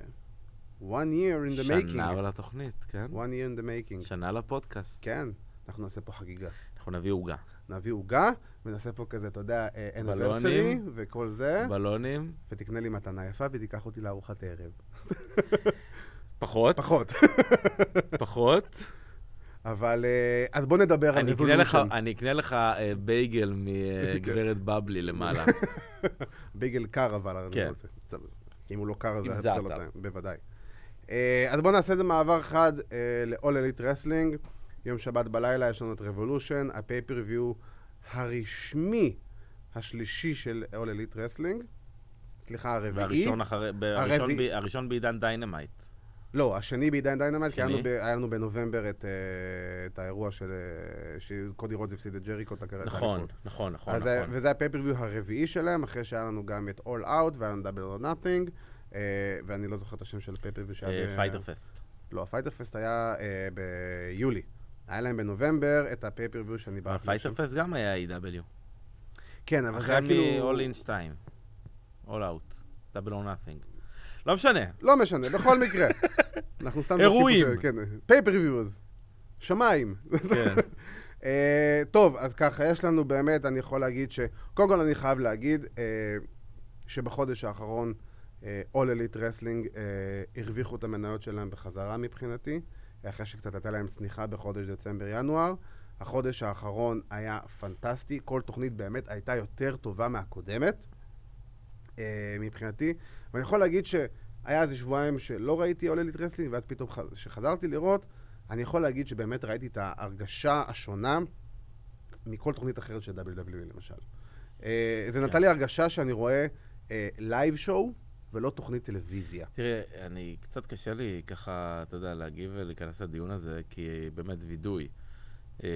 A: one year in the
B: שנה
A: making.
B: לתוכנית, כן?
A: one year in the making.
B: שנה לפודקאסט.
A: כן, אנחנו נעשה פה חגיגה.
B: אנחנו נביא עוגה.
A: נביא עוגה, ונעשה פה כזה, אתה יודע, אנברסרי,
B: בלונים.
A: וכל זה,
B: בלונים?
A: ותקנה לי מתנה יפה, ותיקח אותי לארוחת ערב.
B: פחות.
A: פחות.
B: פחות.
A: אבל אה, אז בוא נדבר על
B: אני
A: Revolution.
B: אקנה לך- אני אקנה לך אה, בייגל מגברת בבלי למעלה.
A: ביגל קר אבל, אני
B: כן.
A: לא רוצה. טוב, אם הוא לא קר אז
B: עם
A: זה
B: זעתר.
A: הפצלותיים, בוודאי. אה, אז בוא נעשה איזה מעבר חד אה, ל-all elite wrestling. יום שבת בלילה יש לנו את Revolution, הפייפריוויו הרשמי השלישי של all elite wrestling. סליחה, הרביעי.
B: והראשון אחרי, בראשון
A: הרביעי.
B: ב- הראשון בעידן דיינמייט.
A: לא, השני בעידן דיינמט, כי היה לנו
B: שני?
A: ב- היה לנו בנובמבר את, אה, את האירוע של... אה, שקודי רודס הפסיד את ג'ריקו, את הקריירה.
B: נכון, נכון, נכון,
A: אז אה, זה-
B: נכון.
A: וזה הפייפריוויו הרביעי שלהם, אחרי שהיה לנו גם את All Out והיה לנו Double or Nothing, אה, ואני לא זוכר את השם של הפייפריוויו שהיה... ב-
B: פייטר פסט.
A: לא, הפייטר פסט היה אה, ביולי. היה להם בנובמבר את הפייפריוויו
B: אה,
A: שאני בא...
B: פייטר פסט גם היה E.W.
A: כן, אבל זה
B: אחרי
A: היה כאילו...
B: מ-all in 2. All out. Double or nothing. לא משנה.
A: לא משנה, בכל מקרה. אנחנו סתם... זורקים פה
B: אירועים.
A: ש- כן, פייפריוויוז. שמיים.
B: כן.
A: אה, טוב, אז ככה, יש לנו באמת, אני יכול להגיד ש... קודם כל אני חייב להגיד אה, שבחודש האחרון אה, All Elite Wrestling אה, הרוויחו את המניות שלהם בחזרה מבחינתי, אחרי שקצת הייתה להם צניחה בחודש דצמבר-ינואר. החודש האחרון היה פנטסטי, כל תוכנית באמת הייתה יותר טובה מהקודמת אה, מבחינתי, ואני יכול להגיד שהיה איזה שבועיים שלא ראיתי All Elite Wrestling, ואז פתאום ח- כשחזרתי לראות, אני יכול להגיד שבאמת ראיתי את ההרגשה השונה מכל תוכנית אחרת של WWE למשל. אה,
B: כן.
A: זה נתן לי הרגשה שאני רואה לייב שואו ולא תוכנית טלוויזיה.
B: תראה, אני, קצת קשה לי ככה, אתה יודע, להגיב ולהיכנס לדיון הזה, כי באמת וידוי. אה,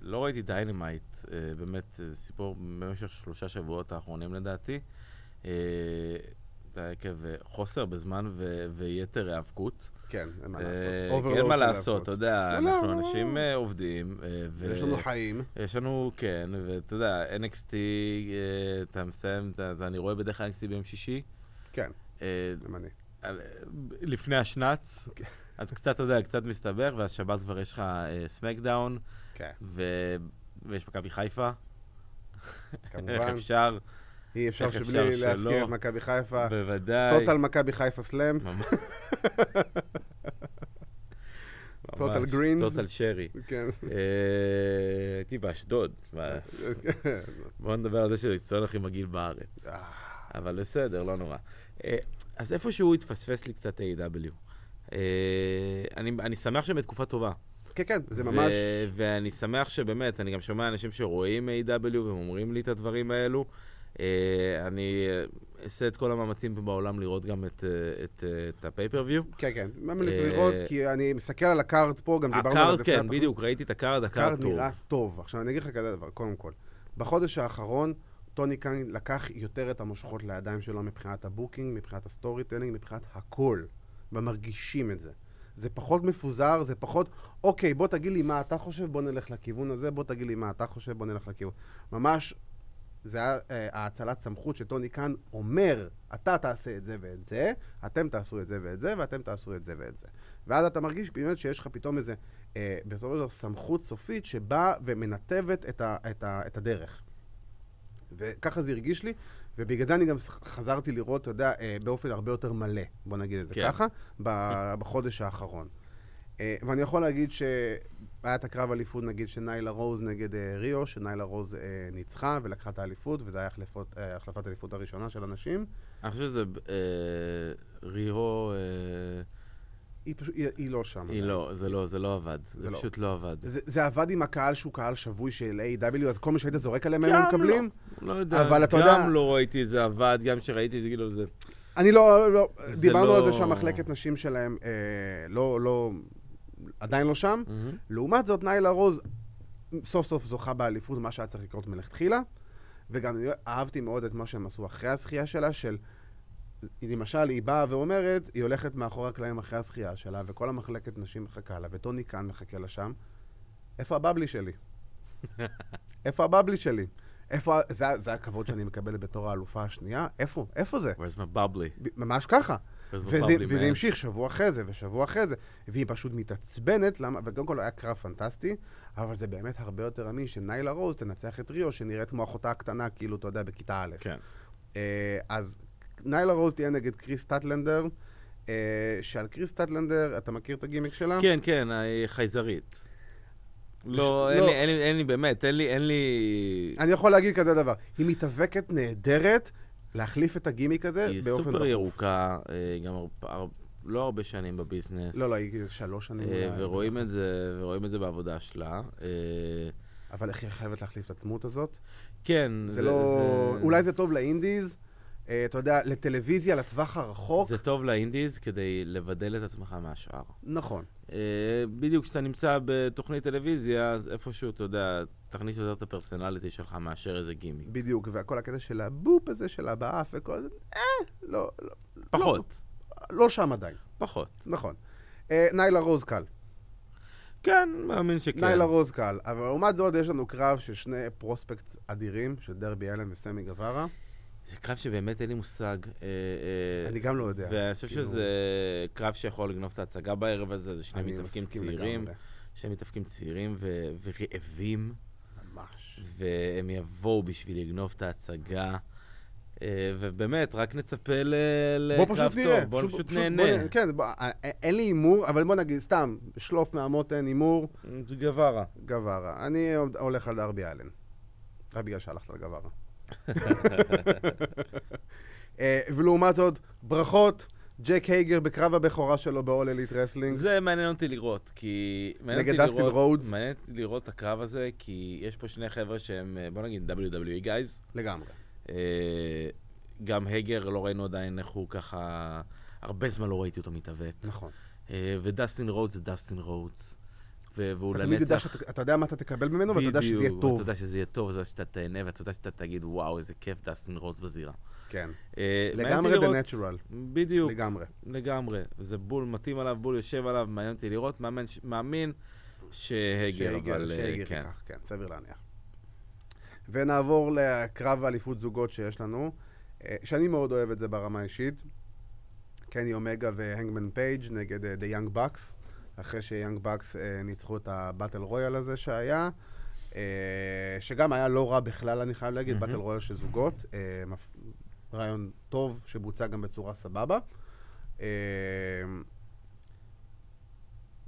B: לא ראיתי דיינמייט, אה, באמת, אה, סיפור במשך שלושה שבועות האחרונים לדעתי. אה, זה היה עקב אה, חוסר בזמן ו- ויתר האבקות.
A: כן, אין כן, מה
B: אה,
A: לעשות.
B: כי אין
A: Overload
B: מה
A: של
B: לעשות, אתה
A: להפות. לא,
B: יודע,
A: לא,
B: אנחנו
A: לא.
B: אנשים אה, עובדים. אה, ו-
A: יש לנו חיים.
B: יש לנו, כן, ואתה יודע, NXT, אה, אתה מסיים, אתה- אתה- אני רואה בדרך כלל NXT ביום שישי.
A: כן,
B: אה,
A: גם אני.
B: על- לפני השנץ, אז קצת, אתה יודע, קצת מסתבך, ואז שבת כבר יש לך אה, סמקדאון,
A: כן,
B: ו- ויש מכבי חיפה. איך
A: כמובן.
B: אפשר?
A: אי אפשר
B: איך
A: שבלי
B: אפשר שלא?
A: להזכיר את מכבי חיפה.
B: בוודאי.
A: אה, טוטל מכבי חיפה סלאם.
B: ממש.
A: Total
B: ממש,
A: Greens.
B: טוטל שרי.
A: כן.
B: אה, הייתי באשדוד. ב- בוא נדבר על זה שזה אצטדיון הכי מגעיל בארץ.
A: אה,
B: אבל בסדר, לא נורא. אה, אז איפשהו התפספס לי קצת A.W. אה, אני, אני שמח שהם בתקופה טובה.
A: כן, כן, זה ממש...
B: ו- ואני שמח שבאמת, אני גם שומע אנשים שרואים A.W. והם אומרים לי את הדברים האלו. אה, אני אה, אעשה את כל המאמצים בעולם לראות גם את, אה, את, אה, את הפייפריוויו.
A: כן, כן. ממליץ
B: אה,
A: לראות, כי אני מסתכל על הקארד פה, גם דיברנו על זה
B: הקארד,
A: לפני
B: כן,
A: התוכנית.
B: בדיוק, ראיתי את הקארד, הקארד
A: הקארד
B: טוב.
A: נראה טוב. עכשיו, אני אגיד לך כזה דבר, קודם כל. בחודש האחרון, טוני קאן לקח יותר את המושכות לידיים שלו מבחינת הבוקינג, מבחינת הסטורי טלינג, מבחינת הכל. ומרגישים את זה. זה פחות מפוזר, זה פחות, אוקיי, בוא תגיד לי מה אתה חושב, בוא נלך לכיוון הזה, בוא תגיד לי מה אתה חושב, בוא נלך לכיוון. ממש, זה היה אה, האצלת סמכות שטוני קאן אומר, אתה תעשה את זה ואת זה, אתם תעשו את זה ואת זה, ואתם תעשו את זה ואת זה. ואז אתה מרגיש באמת שיש לך פתאום איזה, אה, בסופו של דבר, סמכות סופית שבאה ומנתבת את, ה, את, ה, את הדרך. וככה זה הרגיש לי, ובגלל זה אני גם חזרתי לראות, אתה יודע, אה, באופן הרבה יותר מלא, בוא נגיד את זה
B: כן.
A: ככה, ב- בחודש האחרון. אה, ואני יכול להגיד שהיה את הקרב אליפות, נגיד, של ניילה רוז נגד אה, ריו, שניילה רוז אה, ניצחה ולקחה את האליפות, וזו הייתה החלפות- אה, החלפת האליפות הראשונה של הנשים.
B: אני חושב שזה אה, ריהו, אה,
A: היא פשוט, היא, היא לא שם.
B: היא לא, זה לא, זה לא עבד. זה
A: לא.
B: פשוט לא עבד.
A: זה, זה עבד עם הקהל שהוא קהל שבוי של A.W, אז כל מה שהיית זורק עליהם היו
B: גם
A: מקבלים?
B: לא יודע,
A: אבל אתה יודע-
B: גם לא ראיתי את זה עבד, גם כשראיתי את זה, כאילו, זה...
A: אני לא, לא
B: זה
A: דיברנו
B: לא-
A: על זה שהמחלקת נשים שלהם אה, לא, לא, עדיין לא שם. לעומת זאת, ניילה רוז סוף סוף זוכה באליפות, מה שהיה צריך לקרות מלכתחילה, וגם אני אהבתי מאוד את מה שהם עשו אחרי הזכייה שלה, של... למשל, היא באה ואומרת, היא הולכת מאחורי הקלעים אחרי הזכייה שלה, וכל המחלקת נשים מחכה לה, וטוני כאן מחכה לה שם. איפה הבבלי שלי? איפה הבבלי שלי? איפה... ה- זה, זה הכבוד שאני מקבלת בתור האלופה השנייה? איפה? איפה זה?
B: Where's my bubbly?
A: ב- ממש ככה.
B: Where's my
A: וזה,
B: bubbly,
A: וזה
B: man?
A: המשיך שבוע אחרי זה ושבוע אחרי זה, והיא פשוט מתעצבנת, למה, וקודם כל היה קרב פנטסטי, אבל זה באמת הרבה יותר אמין שניילה רוז תנצח את ריו, שנראית כמו אחותה הקטנה, כאילו, אתה יודע, בכיתה א'.
B: כן.
A: אה, אז ניילה רוז תהיה נגד קריס טטלנדר, אה, שעל קריס טטלנדר, אתה מכיר את הגימיק שלה?
B: כן, כן, היא חייזרית. לא, אין
A: לא.
B: לי, אין לי, אין לי, באמת, אין לי, אין לי...
A: אני יכול להגיד כזה דבר, היא מתאבקת נהדרת להחליף את הגימיק הזה
B: היא
A: באופן
B: סופר
A: דחוף.
B: ירוקה, אה, גם הר- הר- לא הרבה שנים בביזנס.
A: לא, לא, היא שלוש שנים.
B: אה,
A: אולי.
B: ורואים את זה, ורואים את זה בעבודה שלה. אה,
A: אבל איך היא חייבת להחליף את הדמות הזאת?
B: כן,
A: זה לא... אולי זה טוב לאינדיז, אה, אתה יודע, לטלוויזיה, לטווח הרחוק.
B: זה טוב לאינדיז כדי לבדל את עצמך מהשאר.
A: נכון.
B: אה, בדיוק כשאתה נמצא בתוכנית טלוויזיה, אז איפשהו, אתה יודע, תכניס יותר את הפרסונליטי שלך מאשר איזה גימיק.
A: בדיוק, וכל הקטע של הבופ הזה, של הבאף וכל זה, אה, לא, לא,
B: פחות,
A: לא שם עדיין,
B: פחות.
A: נכון. אה, ניילה רוז קל,
B: כן, מאמין שכן.
A: ניילה רוז קל, אבל לעומת זאת יש לנו קרב של שני פרוספקט אדירים, של דרבי אלן וסמי גווארה,
B: זה קרב שבאמת אין לי מושג. אה, אה,
A: אני גם לא יודע.
B: ואני חושב
A: כאילו,
B: שזה קרב שיכול לגנוב את ההצגה בערב הזה, זה שני
A: אני
B: מתאבקים
A: מסכים
B: צעירים,
A: לגמרי,
B: שני מתאבקים צעירים ו- ורעבים,
A: ממש.
B: והם יבואו בשביל לגנוב את ההצגה. אה, ובאמת, רק נצפה ל-
A: בוא
B: לקרב טוב.
A: פשוט נראה.
B: בוא פשוט
A: בוא
B: נהנה.
A: נ- כן, בוא, אה, אה, אין לי הימור, אבל בוא נגיד, סתם, שלוף מהמותן, הימור,
B: זה גווארה.
A: גווארה. אני הולך על דרבי אלן. רק בגלל שהלכת על גווארה. אה, ולעומת זאת, ברכות ג'ק הייגר בקרב הבכורה שלו ב-all elite wrestling.
B: זה מעניין אותי לראות, כי... מעניין
A: נגד
B: אותי
A: דסטין
B: לראות-
A: רודס.
B: מעניין אותי לראות את הקרב הזה, כי יש פה שני חבר'ה שהם, אה, בוא נגיד, WWE guys.
A: לגמרי.
B: אה, גם הגר, לא ראינו עדיין איך הוא ככה... הרבה זמן לא ראיתי אותו מתאבק.
A: נכון.
B: אה, ודסטין רודס זה דסטין רודס. ו- והוא
A: אתה
B: לנצח...
A: תמיד יודע שאתה אתה יודע מה כן, אתה תקבל ממנו, ואתה יודע שזה יהיה
B: בדיוק,
A: טוב.
B: אתה יודע שזה יהיה טוב, אתה יודע שאתה תהנה, ואתה יודע שאתה תגיד, וואו, איזה כיף דסטין רודס בזירה.
A: כן,
B: אה,
A: לגמרי
B: מעניין אותי
A: the
B: לראות-
A: natural.
B: בדיוק,
A: לגמרי.
B: לגמרי. זה בול מתאים עליו, בול יושב עליו, מעניין אותי לראות, מאמן ש- מאמין שהגר,
A: שהיגר-
B: אבל אה,
A: שהיגר
B: כן.
A: ייקח, כן, סביר להניח. ונעבור לקרב האליפות זוגות שיש לנו, אה, שאני מאוד אוהב את זה ברמה האישית. קני אומגה והנגמן פייג' נגד אה, The Young Bucks, אחרי שיאנג בקס ניצחו את הבטל רויאל הזה שהיה, אה, שגם היה לא רע בכלל, אני חייב להגיד,
B: מהמם.
A: באטל רויאל של זוגות, אה, מפ- רעיון טוב שבוצע גם בצורה סבבה. אה,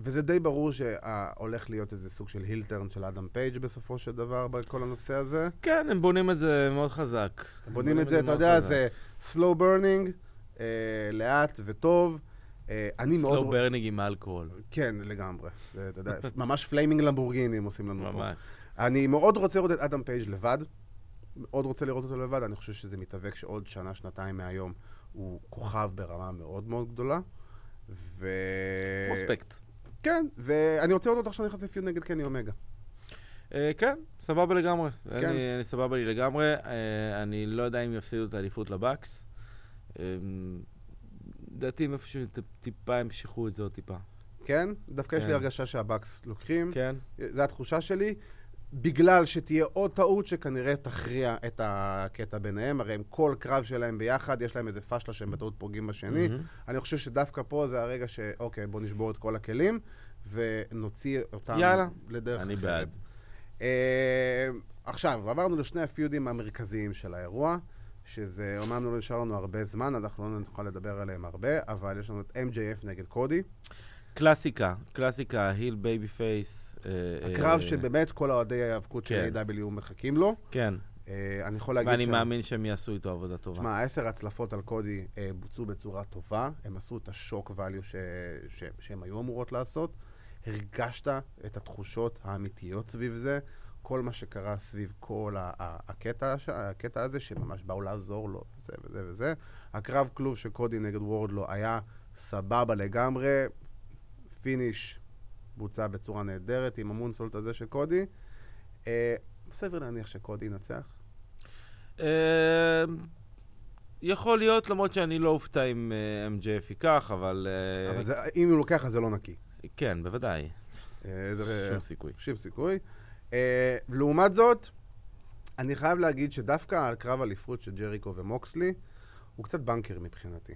A: וזה די ברור שהולך להיות איזה סוג של הילטרן של אדם פייג' בסופו של דבר בכל הנושא הזה.
B: כן, הם בונים את זה מאוד חזק. הם
A: בונים את זה, אתה
B: מאוד
A: יודע,
B: חזק.
A: זה slow burning, אה, לאט וטוב. אה, אני מאוד...
B: סלו ברניג עם אלכוהול.
A: כן, לגמרי. זה, אתה יודע, ממש פליימינג למבורגינים עושים לנו פה.
B: ממש.
A: אני מאוד רוצה לראות את אדם פייג' לבד. מאוד רוצה לראות אותו לבד. אני חושב שזה מתאבק שעוד שנה, שנתיים מהיום הוא כוכב ברמה מאוד מאוד גדולה. ו... אה,
B: פרוספקט.
A: כן, ואני רוצה לראות אותו עכשיו נכנס לפיוד נגד קני אומגה.
B: אה, כן, סבבה לגמרי.
A: כן.
B: אני, אני סבבה לי לגמרי. אה, אני לא יודע אם יפסידו את האליפות לבקס. אה, לדעתי הם איפשהו ט- טיפה ימשכו את זה עוד טיפה.
A: כן? דווקא יש
B: כן.
A: לי הרגשה שהבקס לוקחים.
B: כן?
A: זו התחושה שלי. בגלל שתהיה עוד טעות שכנראה תכריע את הקטע ביניהם, הרי הם כל קרב שלהם ביחד, יש להם איזה פשלה שהם בטעות פוגעים בשני.
B: מהמם.
A: אני חושב שדווקא פה זה הרגע ש... אוקיי, בוא נשבור את כל הכלים, ונוציא אותם
B: יאללה.
A: לדרך
B: אני
A: אחרת.
B: בעד.
A: אה, עכשיו, עברנו לשני הפיודים המרכזיים של האירוע, שזה, אמרנו, לא נשאר לנו הרבה זמן, אז אנחנו לא נוכל לדבר עליהם הרבה, אבל יש לנו את MJF נגד קודי.
B: אה. קלאסיקה, קלאסיקה, היל בייבי פייס. אה,
A: הקרב
B: אה,
A: שבאמת כל אוהדי ההיאבקות של
B: כן.
A: A.W. מחכים לו.
B: כן,
A: אה, אני יכול להגיד
B: ואני
A: שה-
B: מאמין שהם יעשו איתו עבודה טובה.
A: תשמע, עשר הצלפות על קודי אה, בוצעו בצורה טובה, הם עשו את השוק value ש... ש... שהם היו אמורות לעשות. הרגשת את התחושות האמיתיות סביב זה, כל מה שקרה סביב כל ה- ה- הקטע, ש... הקטע הזה, שממש באו לעזור לו, זה וזה וזה. הקרב כלוב של קודי נגד וורדלו היה סבבה לגמרי, פיניש בוצע בצורה נהדרת עם המונסולט הזה של קודי. אה, סביר להניח שקודי ינצח.
B: אה, יכול להיות, למרות שאני לא אופתע אם אה, MJF ייקח, אבל... אה,
A: אבל זה, אם הוא לוקח אז זה לא נקי.
B: כן, בוודאי.
A: אה, זה-
B: שום סיכוי.
A: שום סיכוי. אה, לעומת זאת, אני חייב להגיד שדווקא על קרב אליפות של ג'ריקו ומוקסלי, הוא קצת בנקר מבחינתי,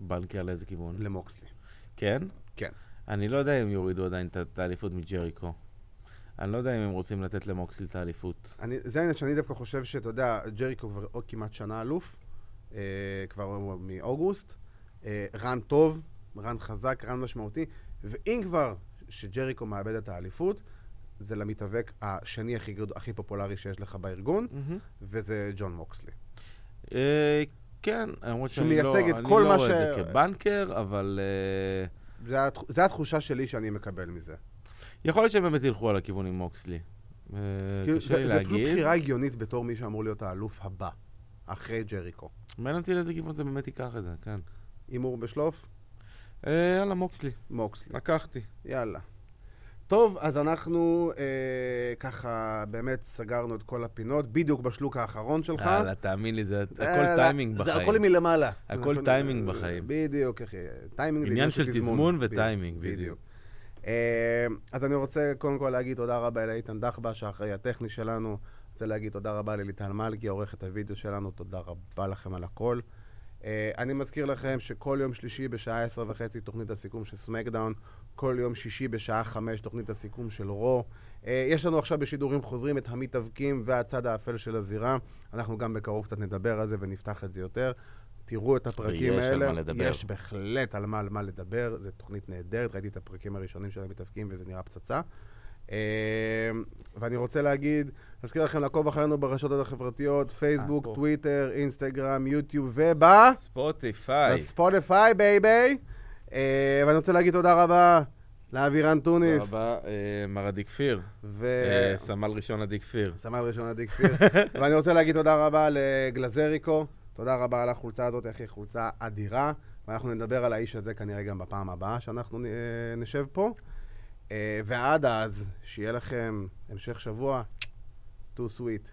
B: בנקר לאיזה כיוון?
A: למוקסלי.
B: כן?
A: כן.
B: אני לא יודע אם יורידו עדיין את- את האליפות מג'ריקו. אני לא יודע אם הם רוצים לתת למוקסלי את האליפות.
A: אני, זה העניין שאני דווקא חושב שאתה יודע, ג'ריקו כבר עוד כמעט שנה אלוף, אה, כבר הוא מאוגוסט, אה, רן טוב, רן חזק, רן משמעותי, ואם כבר שג'ריקו מאבד את האליפות, זה למתאבק השני הכי, גדול- הכי פופולרי שיש לך בארגון, וזה ג'ון מוקסלי.
B: אה, כן, למרות
A: שהוא
B: שאני לא
A: מייצג את
B: אני
A: כל
B: לא
A: מה
B: רואה את
A: ש-
B: זה כבנקר, אבל אה,
A: זה, התח... זה התחושה שלי שאני מקבל מזה.
B: יכול להיות שהם באמת ילכו על הכיוון עם מוקסלי. אה,
A: כאילו,
B: קשה
A: זה,
B: לי
A: זה פשוט
B: להגיד.
A: בחירה הגיונית בתור מי שאמור להיות האלוף הבא, אחרי ג'ריקו.
B: מעניין אותי לאיזה כיוון זה באמת ייקח את זה, כן.
A: הימור בשלוף,
B: אה, יאללה, מוקסלי.
A: מוקסלי.
B: לקחתי.
A: יאללה. טוב, אז אנחנו אה, ככה באמת סגרנו את כל הפינות, בדיוק בשלוק האחרון שלך.
B: יאללה, תאמין לי, זה
A: אה,
B: הכל טיימינג בחיים.
A: זה הכל מלמעלה.
B: הכל טיימינג בחיים.
A: בדיוק, אחי. טיימינג זה
B: עניין של תזמון וטיימינג,
A: בדיוק.
B: בדיוק.
A: אה, אז אני רוצה קודם כל להגיד תודה רבה לאיתן דחבש, האחראי הטכני שלנו. רוצה להגיד תודה רבה לליטל מלגי, עורכת הוידאו שלנו, תודה רבה לכם על הכל. אה, אני מזכיר לכם שכל יום שלישי בשעה עשר וחצי תוכנית הסיכום של סמקדאון, כל יום שישי בשעה חמש תוכנית הסיכום של רו. אה, יש לנו עכשיו בשידורים חוזרים את המתאבקים והצד האפל של הזירה. אנחנו גם בקרוב קצת נדבר על זה ונפתח את זה יותר. תראו את הפרקים
B: ויש על
A: האלה.
B: מה לדבר.
A: יש בהחלט על מה, על מה לדבר, זו תוכנית נהדרת, ראיתי את הפרקים הראשונים של המתאבקים וזה נראה פצצה. Uh, אה, ואני רוצה להגיד, להזכיר לכם לעקוב אחרינו ברשתות החברתיות, פייסבוק,
B: פה.
A: טוויטר, אינסטגרם, יוטיוב ובא...
B: ספוטיפיי.
A: בספוטיפיי, בייבי. אה, ואני רוצה להגיד תודה רבה לאבירן
B: תודה
A: טוניס.
B: רבה, אה, מר עדי כפיר. אה,
A: וסמל
B: סמל ראשון עדי כפיר.
A: ראשון עדי כפיר. ואני רוצה להגיד תודה רבה לגלזריקו. תודה רבה על החולצה הזאת, איך היא חולצה אדירה. ואנחנו נדבר על האיש הזה כנראה גם בפעם הבאה שאנחנו נ- אה, נשב פה. אה, ועד אז, שיהיה לכם המשך שבוע. too sweet.